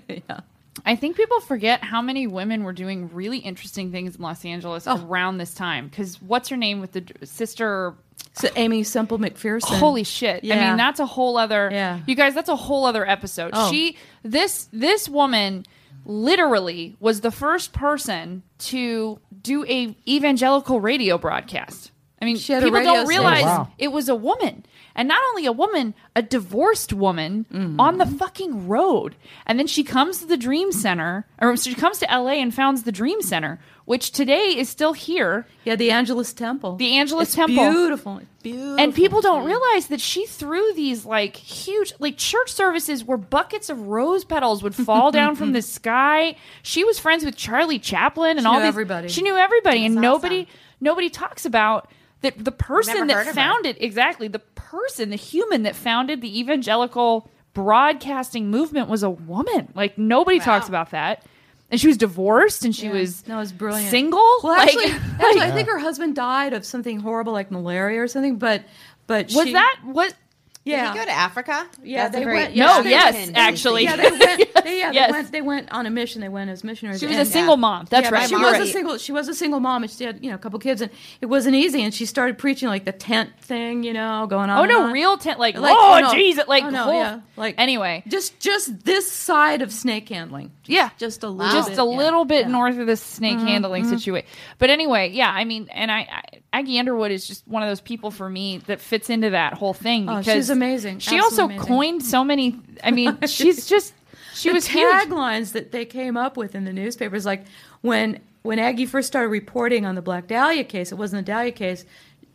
I think people forget how many women were doing really interesting things in Los Angeles around this time. Because what's her name with the d- sister? So Amy Semple McPherson. Holy shit! I Yeah. mean, that's a whole other. Yeah. You guys, that's a whole other episode. Oh. She, this, this woman literally was the first person to do a evangelical radio broadcast. I mean, She had a people radio don't realize station. Oh, wow. it was a woman, and not only a woman, a divorced woman Mm. on the fucking road. And then she comes to the Dream Center, or she comes to LA and founds the Dream Center, which today is still here. Yeah, the Angelus Temple. The Angelus It's Temple. Beautiful. It's beautiful. And people don't realize that she threw these like huge, like church services where buckets of rose petals would fall down (laughs) from the sky. She was friends with Charlie Chaplin and all knew these, everybody. She knew everybody, and awesome. nobody nobody talks about that the person Never heard that of her. founded exactly the person, the human that founded the evangelical broadcasting movement was a woman. Like nobody talks about that. And she was divorced, and she was no, it's brilliant. single. (laughs) Well, Like- actually, actually, I think her husband died of something horrible like malaria or something. But but was she, that what? Yeah, Did he go to Africa? Yeah, That's a they very went- No, African yes, thing. actually. yeah, they went. (laughs) They, yeah, Yes. they went. They went on a mission. They went as missionaries. She was a and- single mom. That's Yeah, but right. She mom- was Right. a single. She was a single mom, and she had you know a couple kids, and it wasn't easy. And she started preaching like the tent thing, you know, going on. Oh and no, on. real tent like, Uh-huh. Like, oh no. jeez, it like Oh, no, whole- yeah. Like- anyway, Just just this side of snake handling. Just- yeah, just a Wow. little. just bit, a yeah. little bit Yeah. Mm-hmm, north of the snake handling situation. But anyway, yeah, I mean, and I, I Aggie Underwood is just one of those people for me that fits into that whole thing Oh, because she's amazing. She Absolutely also amazing. coined so many. I (laughs) mean, she's just she the was huge. taglines that they came up with in the newspapers, like when when Aggie first started reporting on the Black Dahlia case, it wasn't the Dahlia case.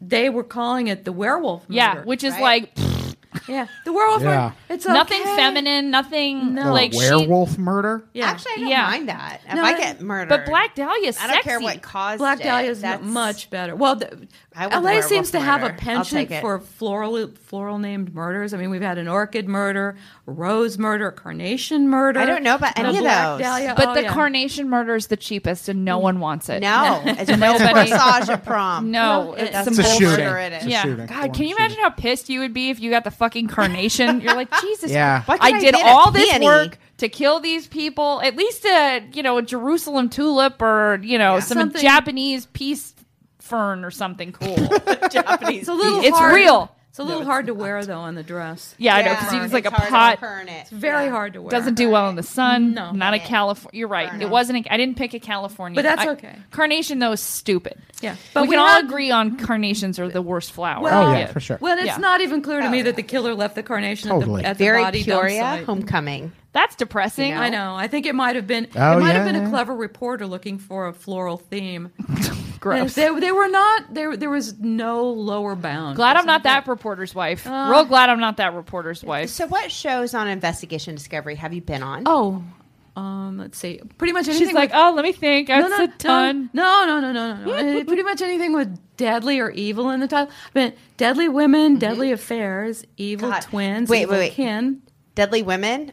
They were calling it the werewolf murder. Yeah, which is right? like yeah, the werewolf Yeah. murder. It's nothing okay. feminine, nothing No. like or she- werewolf murder. Yeah. Actually, I don't Yeah. mind that. If No, I no, get murdered, But Black Dahlia, I don't care what caused Black it. Dahlia is That's- much better. Well, the, I want the LA werewolf seems to have a murder. I'll take penchant it. for floral floral named murders. I mean, we've had an orchid murder, a rose murder, a carnation murder. I don't know about and a any of Black those. Dahlia. But Oh, the yeah. Mm. carnation murder is the cheapest, and no one wants it. (laughs) No, it's a Nobody- massage at prom. No, it's it's That's some It's a bull bullshit. shooting. murder it is. It's a yeah. shooting. God, can Form you of imagine shooting. how pissed you would be if you got the fucking (laughs) carnation? You're like, Jesus, Yeah. I, Why couldn't I did get a all this peony? work to kill these people. At least a you know a Jerusalem tulip or you know some Something- Japanese peace fern or something (laughs) cool. Japanese. (laughs) It's a little. It's hard- real. It's a little hard to wear though on the dress. yeah, I know because Yeah. he was like a hard to pot. burn it. Very Yeah. hard to wear. Doesn't do well in the sun. No. not a Yeah. California. You're right. Burn It it. wasn't. A, I didn't pick a California. But that's I- okay. Carnation though is stupid. Yeah. But But we, we can all had- agree on carnations are the worst flower. Well- Oh Oh, yeah, yeah. for sure. Well, it's Yeah. not even clear to me that the killer left the carnation Totally. at the, at the Very body dump Peoria site. homecoming. That's depressing. I know. I think it might have been. Oh, it might yeah, have been yeah. a clever reporter looking for a floral theme. Gross. They, they were not. There, there was no lower bound. Glad I'm not that reporter's wife. Real glad I'm not that reporter's wife. So, what shows on Investigation Discovery have you been on? Oh, um, let's see. Pretty much anything. She's like, with, oh, let me think. That's a ton. No, no, no, no, no, no. Eh, Pretty much anything with deadly or evil in the title. But deadly women, deadly affairs, evil God. twins, Wait, evil wait, wait. kin. Deadly Women.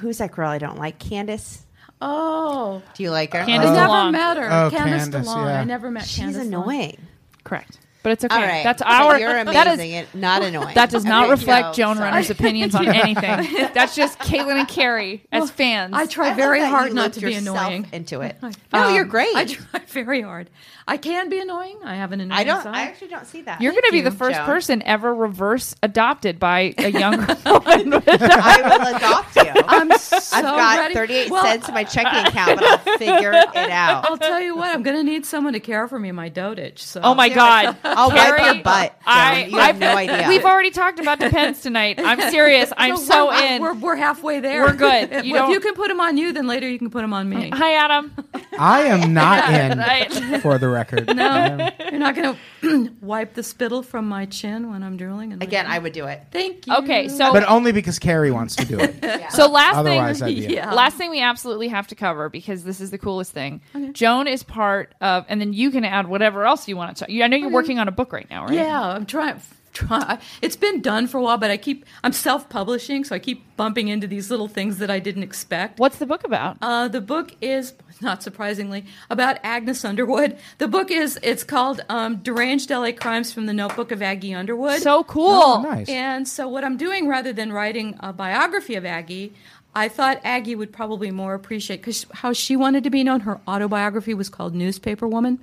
Who's that girl I don't like? Candace. Oh, Do you like her? Candace I never DeLon. met her. Oh, Candace, Candace, DeLon. yeah. I never met She's Candace. DeLon. annoying. Correct. But it's okay. All right, That's But our. You're (laughs) amazing. that is. and not annoying. That does not Okay, reflect so- Joan sorry. Renner's opinions (laughs) on anything. That's just Caitlin and Carrie as fans. I I try love very that you hard not looped to be yourself annoying. Into it. No, you're Um, great. I try (laughs) very hard. I can be annoying. I have an annoying I don't. I side. actually don't see that. You're going to be you, the first Joan. person ever reverse adopted by a (laughs) young woman. I will (laughs) adopt you. I'm (laughs) so I've got ready. 38 Well, cents in my checking account, (laughs) but I'll figure it out. I'll tell you what. I'm going to need someone to care for me in my dotage. So. Oh my God! I'll wipe Carrie, your butt. I, Joan. you have I've- no idea. We've already talked about Depends tonight. I'm (laughs) serious. I'm No, so we're, in. We're, we're halfway there. We're (laughs) good. You if don't- you can put them on you, then later you can put them (laughs) on me. Hi, Adam. I (laughs) am not in. I- For the (laughs) record, no. You're not going to (clears throat) wipe the spittle from my chin when I'm drooling. And Again, I would do it. Thank you. Okay, so but only because Carrie wants to do it. (laughs) So last Otherwise, thing, I'd be. in. (laughs) Yeah. last thing we absolutely have to cover because this is the coolest thing. Joan is part of, and then you can add whatever else you want to. Talk. You- I know you're working on a book right now, right? Yeah, I'm trying. Try, it's been done for a while, but I keep I'm self-publishing, so I keep bumping into these little things that I didn't expect. What's the book about? Uh, the book is not surprisingly about Agnes Underwood. The book is it's called um, "Deranged LA Crimes from the Notebook of Aggie Underwood." so cool. Oh, nice. And so, what I'm doing rather than writing a biography of Aggie, I thought Aggie would probably more appreciate because how she wanted to be known. Her autobiography was called Newspaper Woman,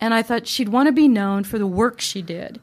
and I thought she'd want to be known for the work she did.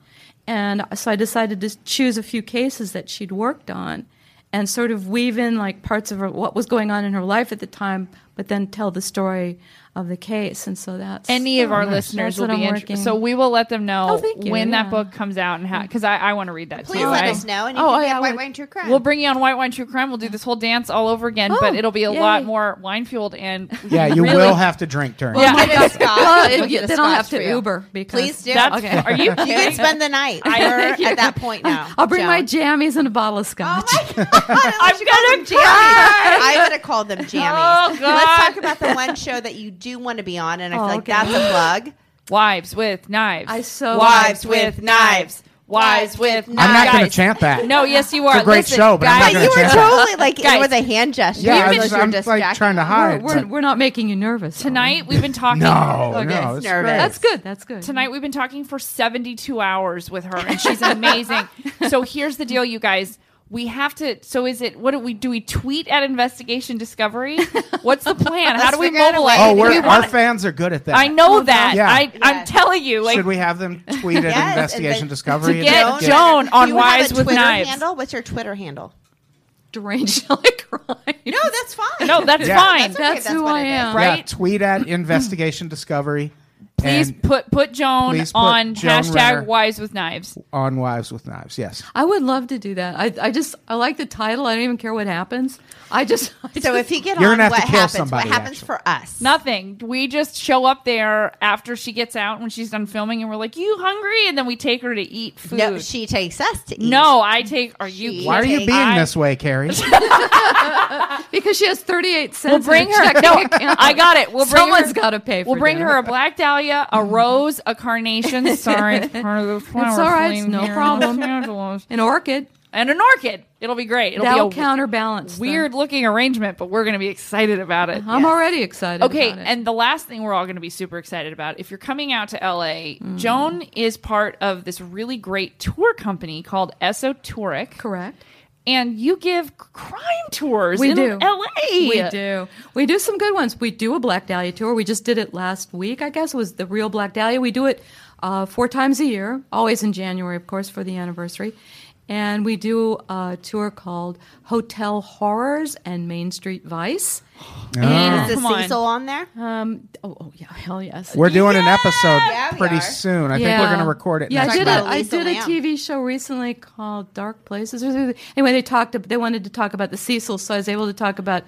And so, I decided to choose a few cases that she'd worked on, and sort of weave in like parts of her, what was going on in her life at the time, but then tell the story of the case. And so that's Any of our that's listeners will what be I'm interested. (laughs) working. So we will let them know Oh, thank you, when that yeah. book comes out and how, because I, I want to read that Please too. let I- us know, and you Oh, can yeah, get I White would- Wine True Crime. We'll bring you on White Wine True Crime. We'll do this whole dance all over again, but Oh, it'll be a lot yay. more wine fueled (laughs) and Yeah, you Really? will have to drink during. Yeah. it. (laughs) We'll get a Scotch. Well, We'll if get you- a then I'll have Scotch to for you. Uber because Please do. That's, Okay. Are you (laughs) You can kidding? spend (laughs) the night. We're (laughs) at that point now. I'll bring my Joan. jammies and a bottle of Oh scotch. (laughs) my god! I I'm should call gonna them jammies. I would have called (laughs) them jammies. Oh, God. Let's talk about the one show that you do want to be on, and I feel Oh, like okay. that's a plug. Wives with knives. I so- wives with knives. Wives with knives. I'm I'm not going to Guys. chant that. No, yes, you are. It's a great Listen, show, but I'm not guys, (gasps) But you gonna were check. (laughs) totally like Guys. it was a hand gesture. Yeah, It I was was, your I'm like distraction. trying Oh to We're, hide. we're, but- we're not making you nervous. are we? Tonight we've been talking. no, Okay. no, it's nervous. great. That's good. That's good. Tonight we've been talking for 72 hours with her and (laughs) she's amazing. so here's the deal you guys. We have to so is it what do we do we tweet at investigation discovery? What's the plan? How do we figure out a way. mobilize? Oh, Do we we're, our wanna- fans are good at that. I know that. Yeah. I I'm Yes. telling you like Should we have them tweet at Yes, and Investigation then- Discovery? To and get just Joan- Joan on Do you have a Wives with Twitter Knives. Handle? What's your Twitter handle? (laughs) deranged like crime. No, that's fine. No, that's Yeah. fine. okay. That's, that's who what I it is. am. Right. Yeah, tweet (clears throat) at Investigation Discovery. Please and put put Joan Please put on Joan hashtag Renner. wives with knives. on Wives with Knives. Yes. I would love to do that. I, I just I like the title. I don't even care what happens. I just (laughs) I So just- if you get You're on, gonna have what to kill happens? somebody, what happens actually. for us? Nothing. We just show up there after she gets out when she's done filming and we're like, "You hungry?" and then we take her to eat food. No, she takes us to eat. No, I take Are you She- kidding? Why are you take- being I- this way, (laughs) Carrie? Uh, because she has thirty eight We'll cents. bring in her. her. checking No, (laughs) (laughs) account. I got it. We'll bring Someone's her. got to pay. For We'll bring dinner. her a black dahlia, (laughs) a rose, a carnation. Sorry, it's part of the flower. all right. It's theme no here in problem. Los Angeles. an orchid. and an orchid. It'll be great. It'll That'll be a counterbalance. the- weird looking arrangement, but we're going to be excited about it. I'm already excited. Okay, about it. and the last thing we're all going to be super excited about if you're coming out to LA, Hmm. Joan is part of this really great tour company called Esoteric. correct. And you give crime tours We in do. LA. We do. We do some good ones. We do a Black Dahlia tour. We just did it last week, I guess, was the real Black Dahlia. We do it uh, four times a year, always in January, of course, for the anniversary. And we do a tour called Hotel Horrors and Main Street Vice. Is And, the Come on. Cecil on there? um, oh, oh, yeah, (laughs) hell yes. We're doing an episode Yeah, we pretty are. soon. I think we're going to record it. Yeah, next I did. month. A, month. I Lisa did a Lamb. TV show recently called Dark Places. Anyway, they talked. They wanted to talk about the Cecil, so I was able to talk about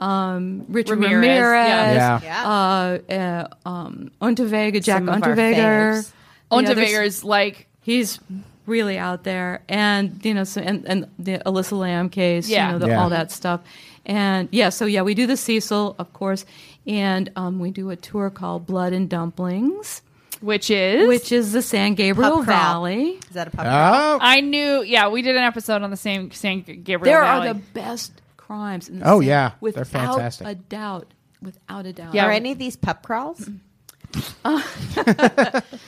um, Richard Ramirez, Ramirez, yeah. Yeah. Uh, uh, um, Ontevaga, Jack Some of our Ontevaga. faves. The others- Ontevega's like he's really out there and you know so and, and the alyssa lamb case Yeah. you know the, Yeah. all that stuff and yeah so yeah we do the cecil of course and um, we do a tour called blood and dumplings which is which is the san gabriel Pub crawl. valley Is that a pub? Oh, Uh, I knew. Yeah, we did an episode on the same San Gabriel. there Valley. are the best crimes in the Oh, San- yeah. They're without fantastic. a doubt without a doubt Yeah. Are any of these pub crawls?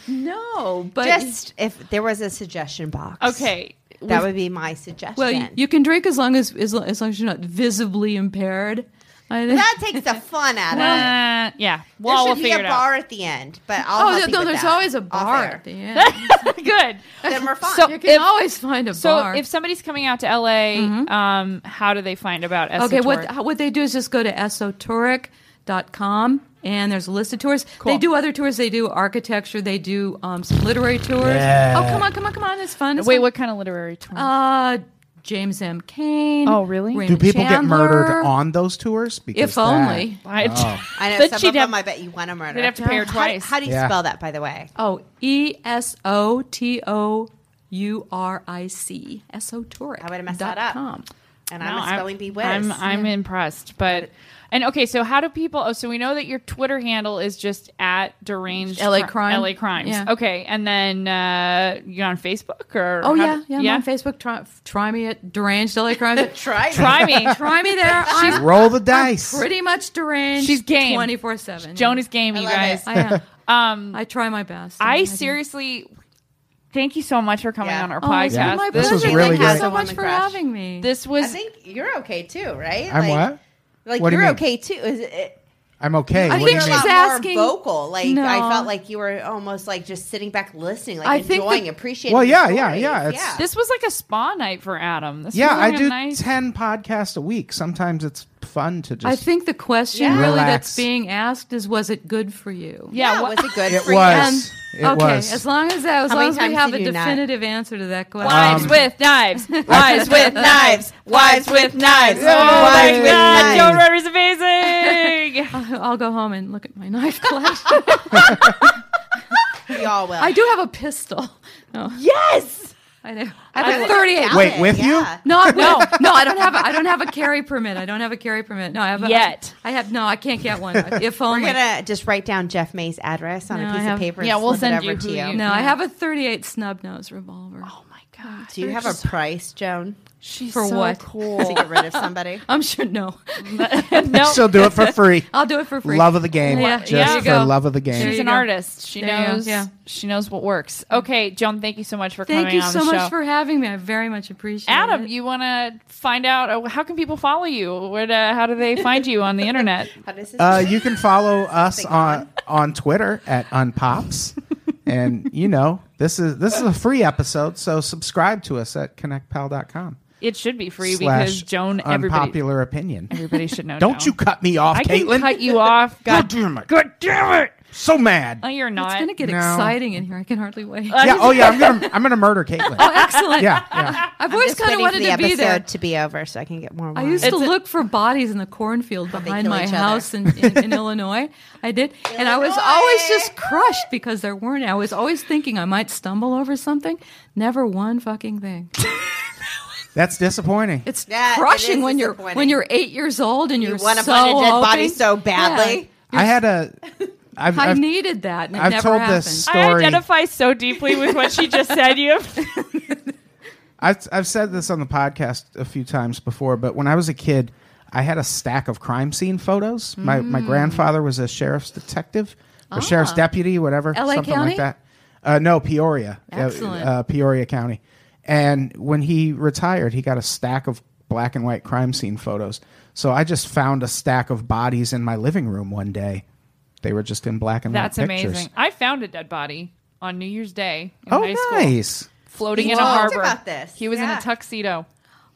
no but Just if there was a suggestion box. okay. That would be my suggestion. well you, you can drink as long as as long as long as you're not visibly impaired I think. that takes the fun out of it. Uh, yeah, well, there we'll should be figure a it out. bar at the end, but I'll oh help you no with there's that. always a Off bar air. at (laughs) the end Good. Then we're fine. (laughs) So- You can If- always find a So, bar. Mm-hmm. if somebody's coming out to LA, um, how do they find about Esoteric? okay, what how- what they do is just go to esoteric.com and there's a list of tours. They do other tours. They do architecture. They do um, some literary tours. Yeah. Oh, come on, come on, come on. It's fun. It's Wait, fun. what kind of literary tour? Uh, James M. Cain. Oh, really? Do do Raymond people get murdered Chandler. on those tours? Because If that- only. I, I know Then some she'd of them. have- I bet you want to murder. They'd have to pay her How- twice. How, do you Yeah. spell that, by the way? Oh, E S O T O U R I C. Esoteric. I would've messed that up. com. And No, I'm a spelling bee whiz. I'm, I'm impressed, but and okay. So how do people? Oh, so we know that your Twitter handle is just at deranged LA Cri- Crime. LA crimes. Yeah. Okay, and then uh, you on Facebook or? Oh, how yeah. do- Yeah. I'm on Facebook. Try, try me at Deranged LA Crime. Try me. Try me. (laughs) try me there. (laughs) I'm Roll the dice. pretty much deranged. She's game. Twenty four seven. Joan is game, you love guys. I (laughs) am. um, I try my best. I do. seriously thank you so much for coming Yeah. on our Oh, podcast. it's been my This was pleasure. really Thank great. you so much Woman for crush. having me. This I was think you're okay too, right? I'm like, what? Like What do you you're mean? okay too. Is it? I'm okay. I What do think you she's mean? a lot asking- more vocal. Like No. I felt like you were almost like just sitting back listening, like I think enjoying, that- appreciating. Well, the yeah, yeah, stories. yeah, it's- yeah. This was like a spa night for Adam. This Yeah, was I like do a nice. ten podcasts a week. Sometimes it's fun to just. I think the question Yeah. really Relax. that's being asked is, was it good for you? yeah, Yeah, wha- was it good? it for you? was. it Um, okay, was. as long as that, as How long as many we times have a did you not- definitive answer to that question. Wives Um, with (laughs) knives. Wives with knives. Wives with knives. Oh Wives my with god, knives. Joe Rory's amazing. (laughs) I'll I'll go home and look at my (laughs) knife collection. We all will. I do have a pistol. No, yes. I do. I I'm will. 38. Wait, with you? yeah. No, (laughs) I- no, no. I don't have. A, I don't have a carry permit. I don't have a carry permit. No, I have a, Yet. I have no. I can't (laughs) get one. If We're only. gonna just write down Jeff May's address on No, a I piece of have- paper. and Yeah, we'll slip it send you over who to you- no, I have a 38 snub nose revolver. Oh my god. Do you (laughs) have a price, Joan, She's For so what? to cool. (laughs) get rid of somebody? I'm sure. No, no. She'll do it (laughs) for free. I'll do it for Oh, free. love of the game. Yeah, Just yeah. for There you go. love of the There game. She's you an go. artist. She There you go. knows. Yeah. She knows what works. Okay, Joan. Thank you so much for Thank coming you on so the much show. for having me. I very much appreciate it. Adam, you want to find out uh, how can people follow you? What, uh, how do they find you on the (laughs) internet? How does this? Uh, you can (laughs) follow us on on Twitter at Unpops. and you know, this is this is a free episode, so subscribe to us at connectpal.com. It should be free because Slash Joan. Everybody, unpopular opinion. everybody should (laughs) know. Don't Joan. you cut me off, I can Caitlin. cut (laughs) you off. God God, damn it. God damn it! So mad. No, you're not. It's gonna get No. exciting in here. I can hardly (laughs) wait. yeah, oh yeah, I'm (laughs) gonna I'm gonna murder Caitlin. Oh, excellent. Yeah, yeah. I've always Just kind of waiting wanted for the to be episode there. to be over so I can get more. I wine. used to It's a- look for bodies in the cornfield they behind kill my each other. house in, in, in Illinois. I did. And I was always just crushed because there weren't. I was always thinking I might stumble over something. Never one fucking thing. That's disappointing. It's Yeah, it crushing is when you're disappointing. when you're eight years old and you're wanna so find a dead hoping- body so badly. Yeah. I had a I've, I I've- needed that, and it I've never told happened. this- I story. identify so deeply with what she just said. You. (laughs) I've, I've said this on the podcast a few times before, but when I was a kid, I had a stack of crime scene photos. My, my Hmm. grandfather was a sheriff's detective or sheriff's Ah. deputy, whatever, LA something County? like that. Uh, no, Peoria. Uh, Excellent. Uh, Peoria County. And when he retired, he got a stack of black and white crime scene photos. So I just found a stack of bodies in my living room one day. They were just in black and That's white pictures. amazing. I found a dead body on New Year's Day in Oh, high school, nice. floating He in a talked harbor. about this. He was in Yeah. a tuxedo,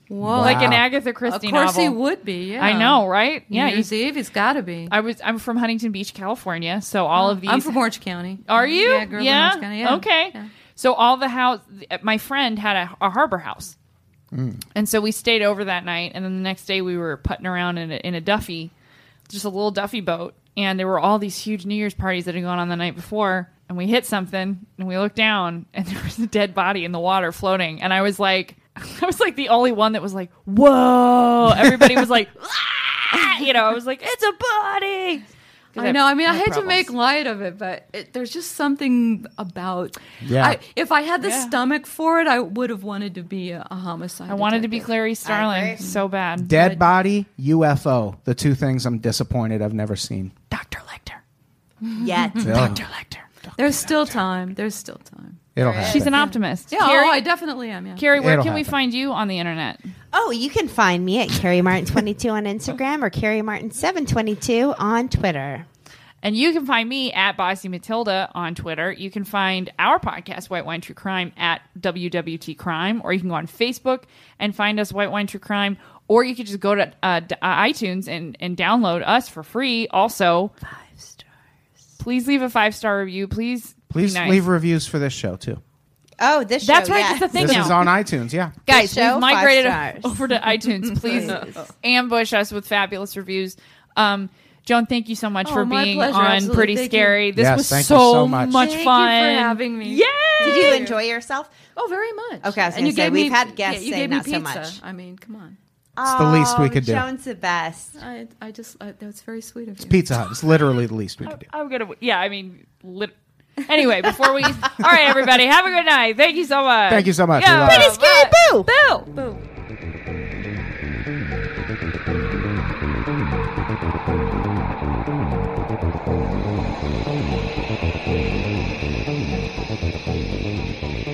Whoa. like an Wow. Agatha of Christie course novel. he would be. Yeah, I know, right? Yeah, Yeah, New you- Year's Eve, he's got to be. I was. I'm from Huntington Beach, California, so all of these. I'm from Orange County. Are you? Mm-hmm. Yeah, I grew up in Orange County, yeah. Okay. Yeah. So all the house, my friend had a, a harbor house, and so we stayed over that night, and then the next day we were putting around in a, in a Duffy, just a little Duffy boat, and there were all these huge New Year's parties that had gone on the night before, and we hit something, and we looked down, (laughs) and there was a dead body in the water floating, and I was like. (laughs) I was like the only one that was like, "Whoa!" Everybody was like, (laughs) "Ah!" "You know." I was like, "It's a body." 'Cause I know. I mean, I have hate problems. to make light of it, but it, there's just something about. Yeah. I, if I had the Yeah. stomach for it, I would have wanted to be a, a homicide. I wanted to be detective. Clary Starling agree. so bad. Dead body, UFO, the two things I'm disappointed I've never seen. Dr. Lecter. (laughs) yet. Ugh. Dr. Lecter. There's still time. There's still time. It'll happen. She's an optimist. Yeah. Carrie, oh, I definitely am. Yeah. Carrie, where It'll can we happen. find you on the internet? Oh, you can find me at Carrie Martin twenty two on Instagram or Carrie Martin seven twenty two on Twitter. And you can find me at Bossy Matilda on Twitter. You can find our podcast, White Wine True Crime, at WWT Crime, or you can go on Facebook and find us, White Wine True Crime, or you could just go to uh, d- uh, iTunes and, and download us for free. Also, five stars. Please leave a five star review. Please, be Please nice. leave review reviews for this show too. Oh, this That's show, right, yes. that's the thing. This now. is on iTunes, yeah. guys Show we've migrated five stars. over to itunes (laughs) please ambush us with fabulous reviews um Joan, thank you so much Oh, for my being pleasure. on Absolutely. Pretty Thank you. Scary. This Yes, was thank you so, so much. much Thank you for fun. having me. Yay! Did you enjoy yourself? Oh, very much. Okay, I was gonna say, we've had guests you say gave me not so pizza. much. I mean, come on. It's the least we could do. Oh, Joan's the best. I, I just I, that was very sweet of you. Pizza Hut is literally the least we could do. I'm gonna. Yeah, I mean, lit- anyway, before we. All right, everybody, have a good night. Thank you so much. Thank you so much. We Yeah, love Pretty it. Scary. Boo! Boo. Boo. Thank you.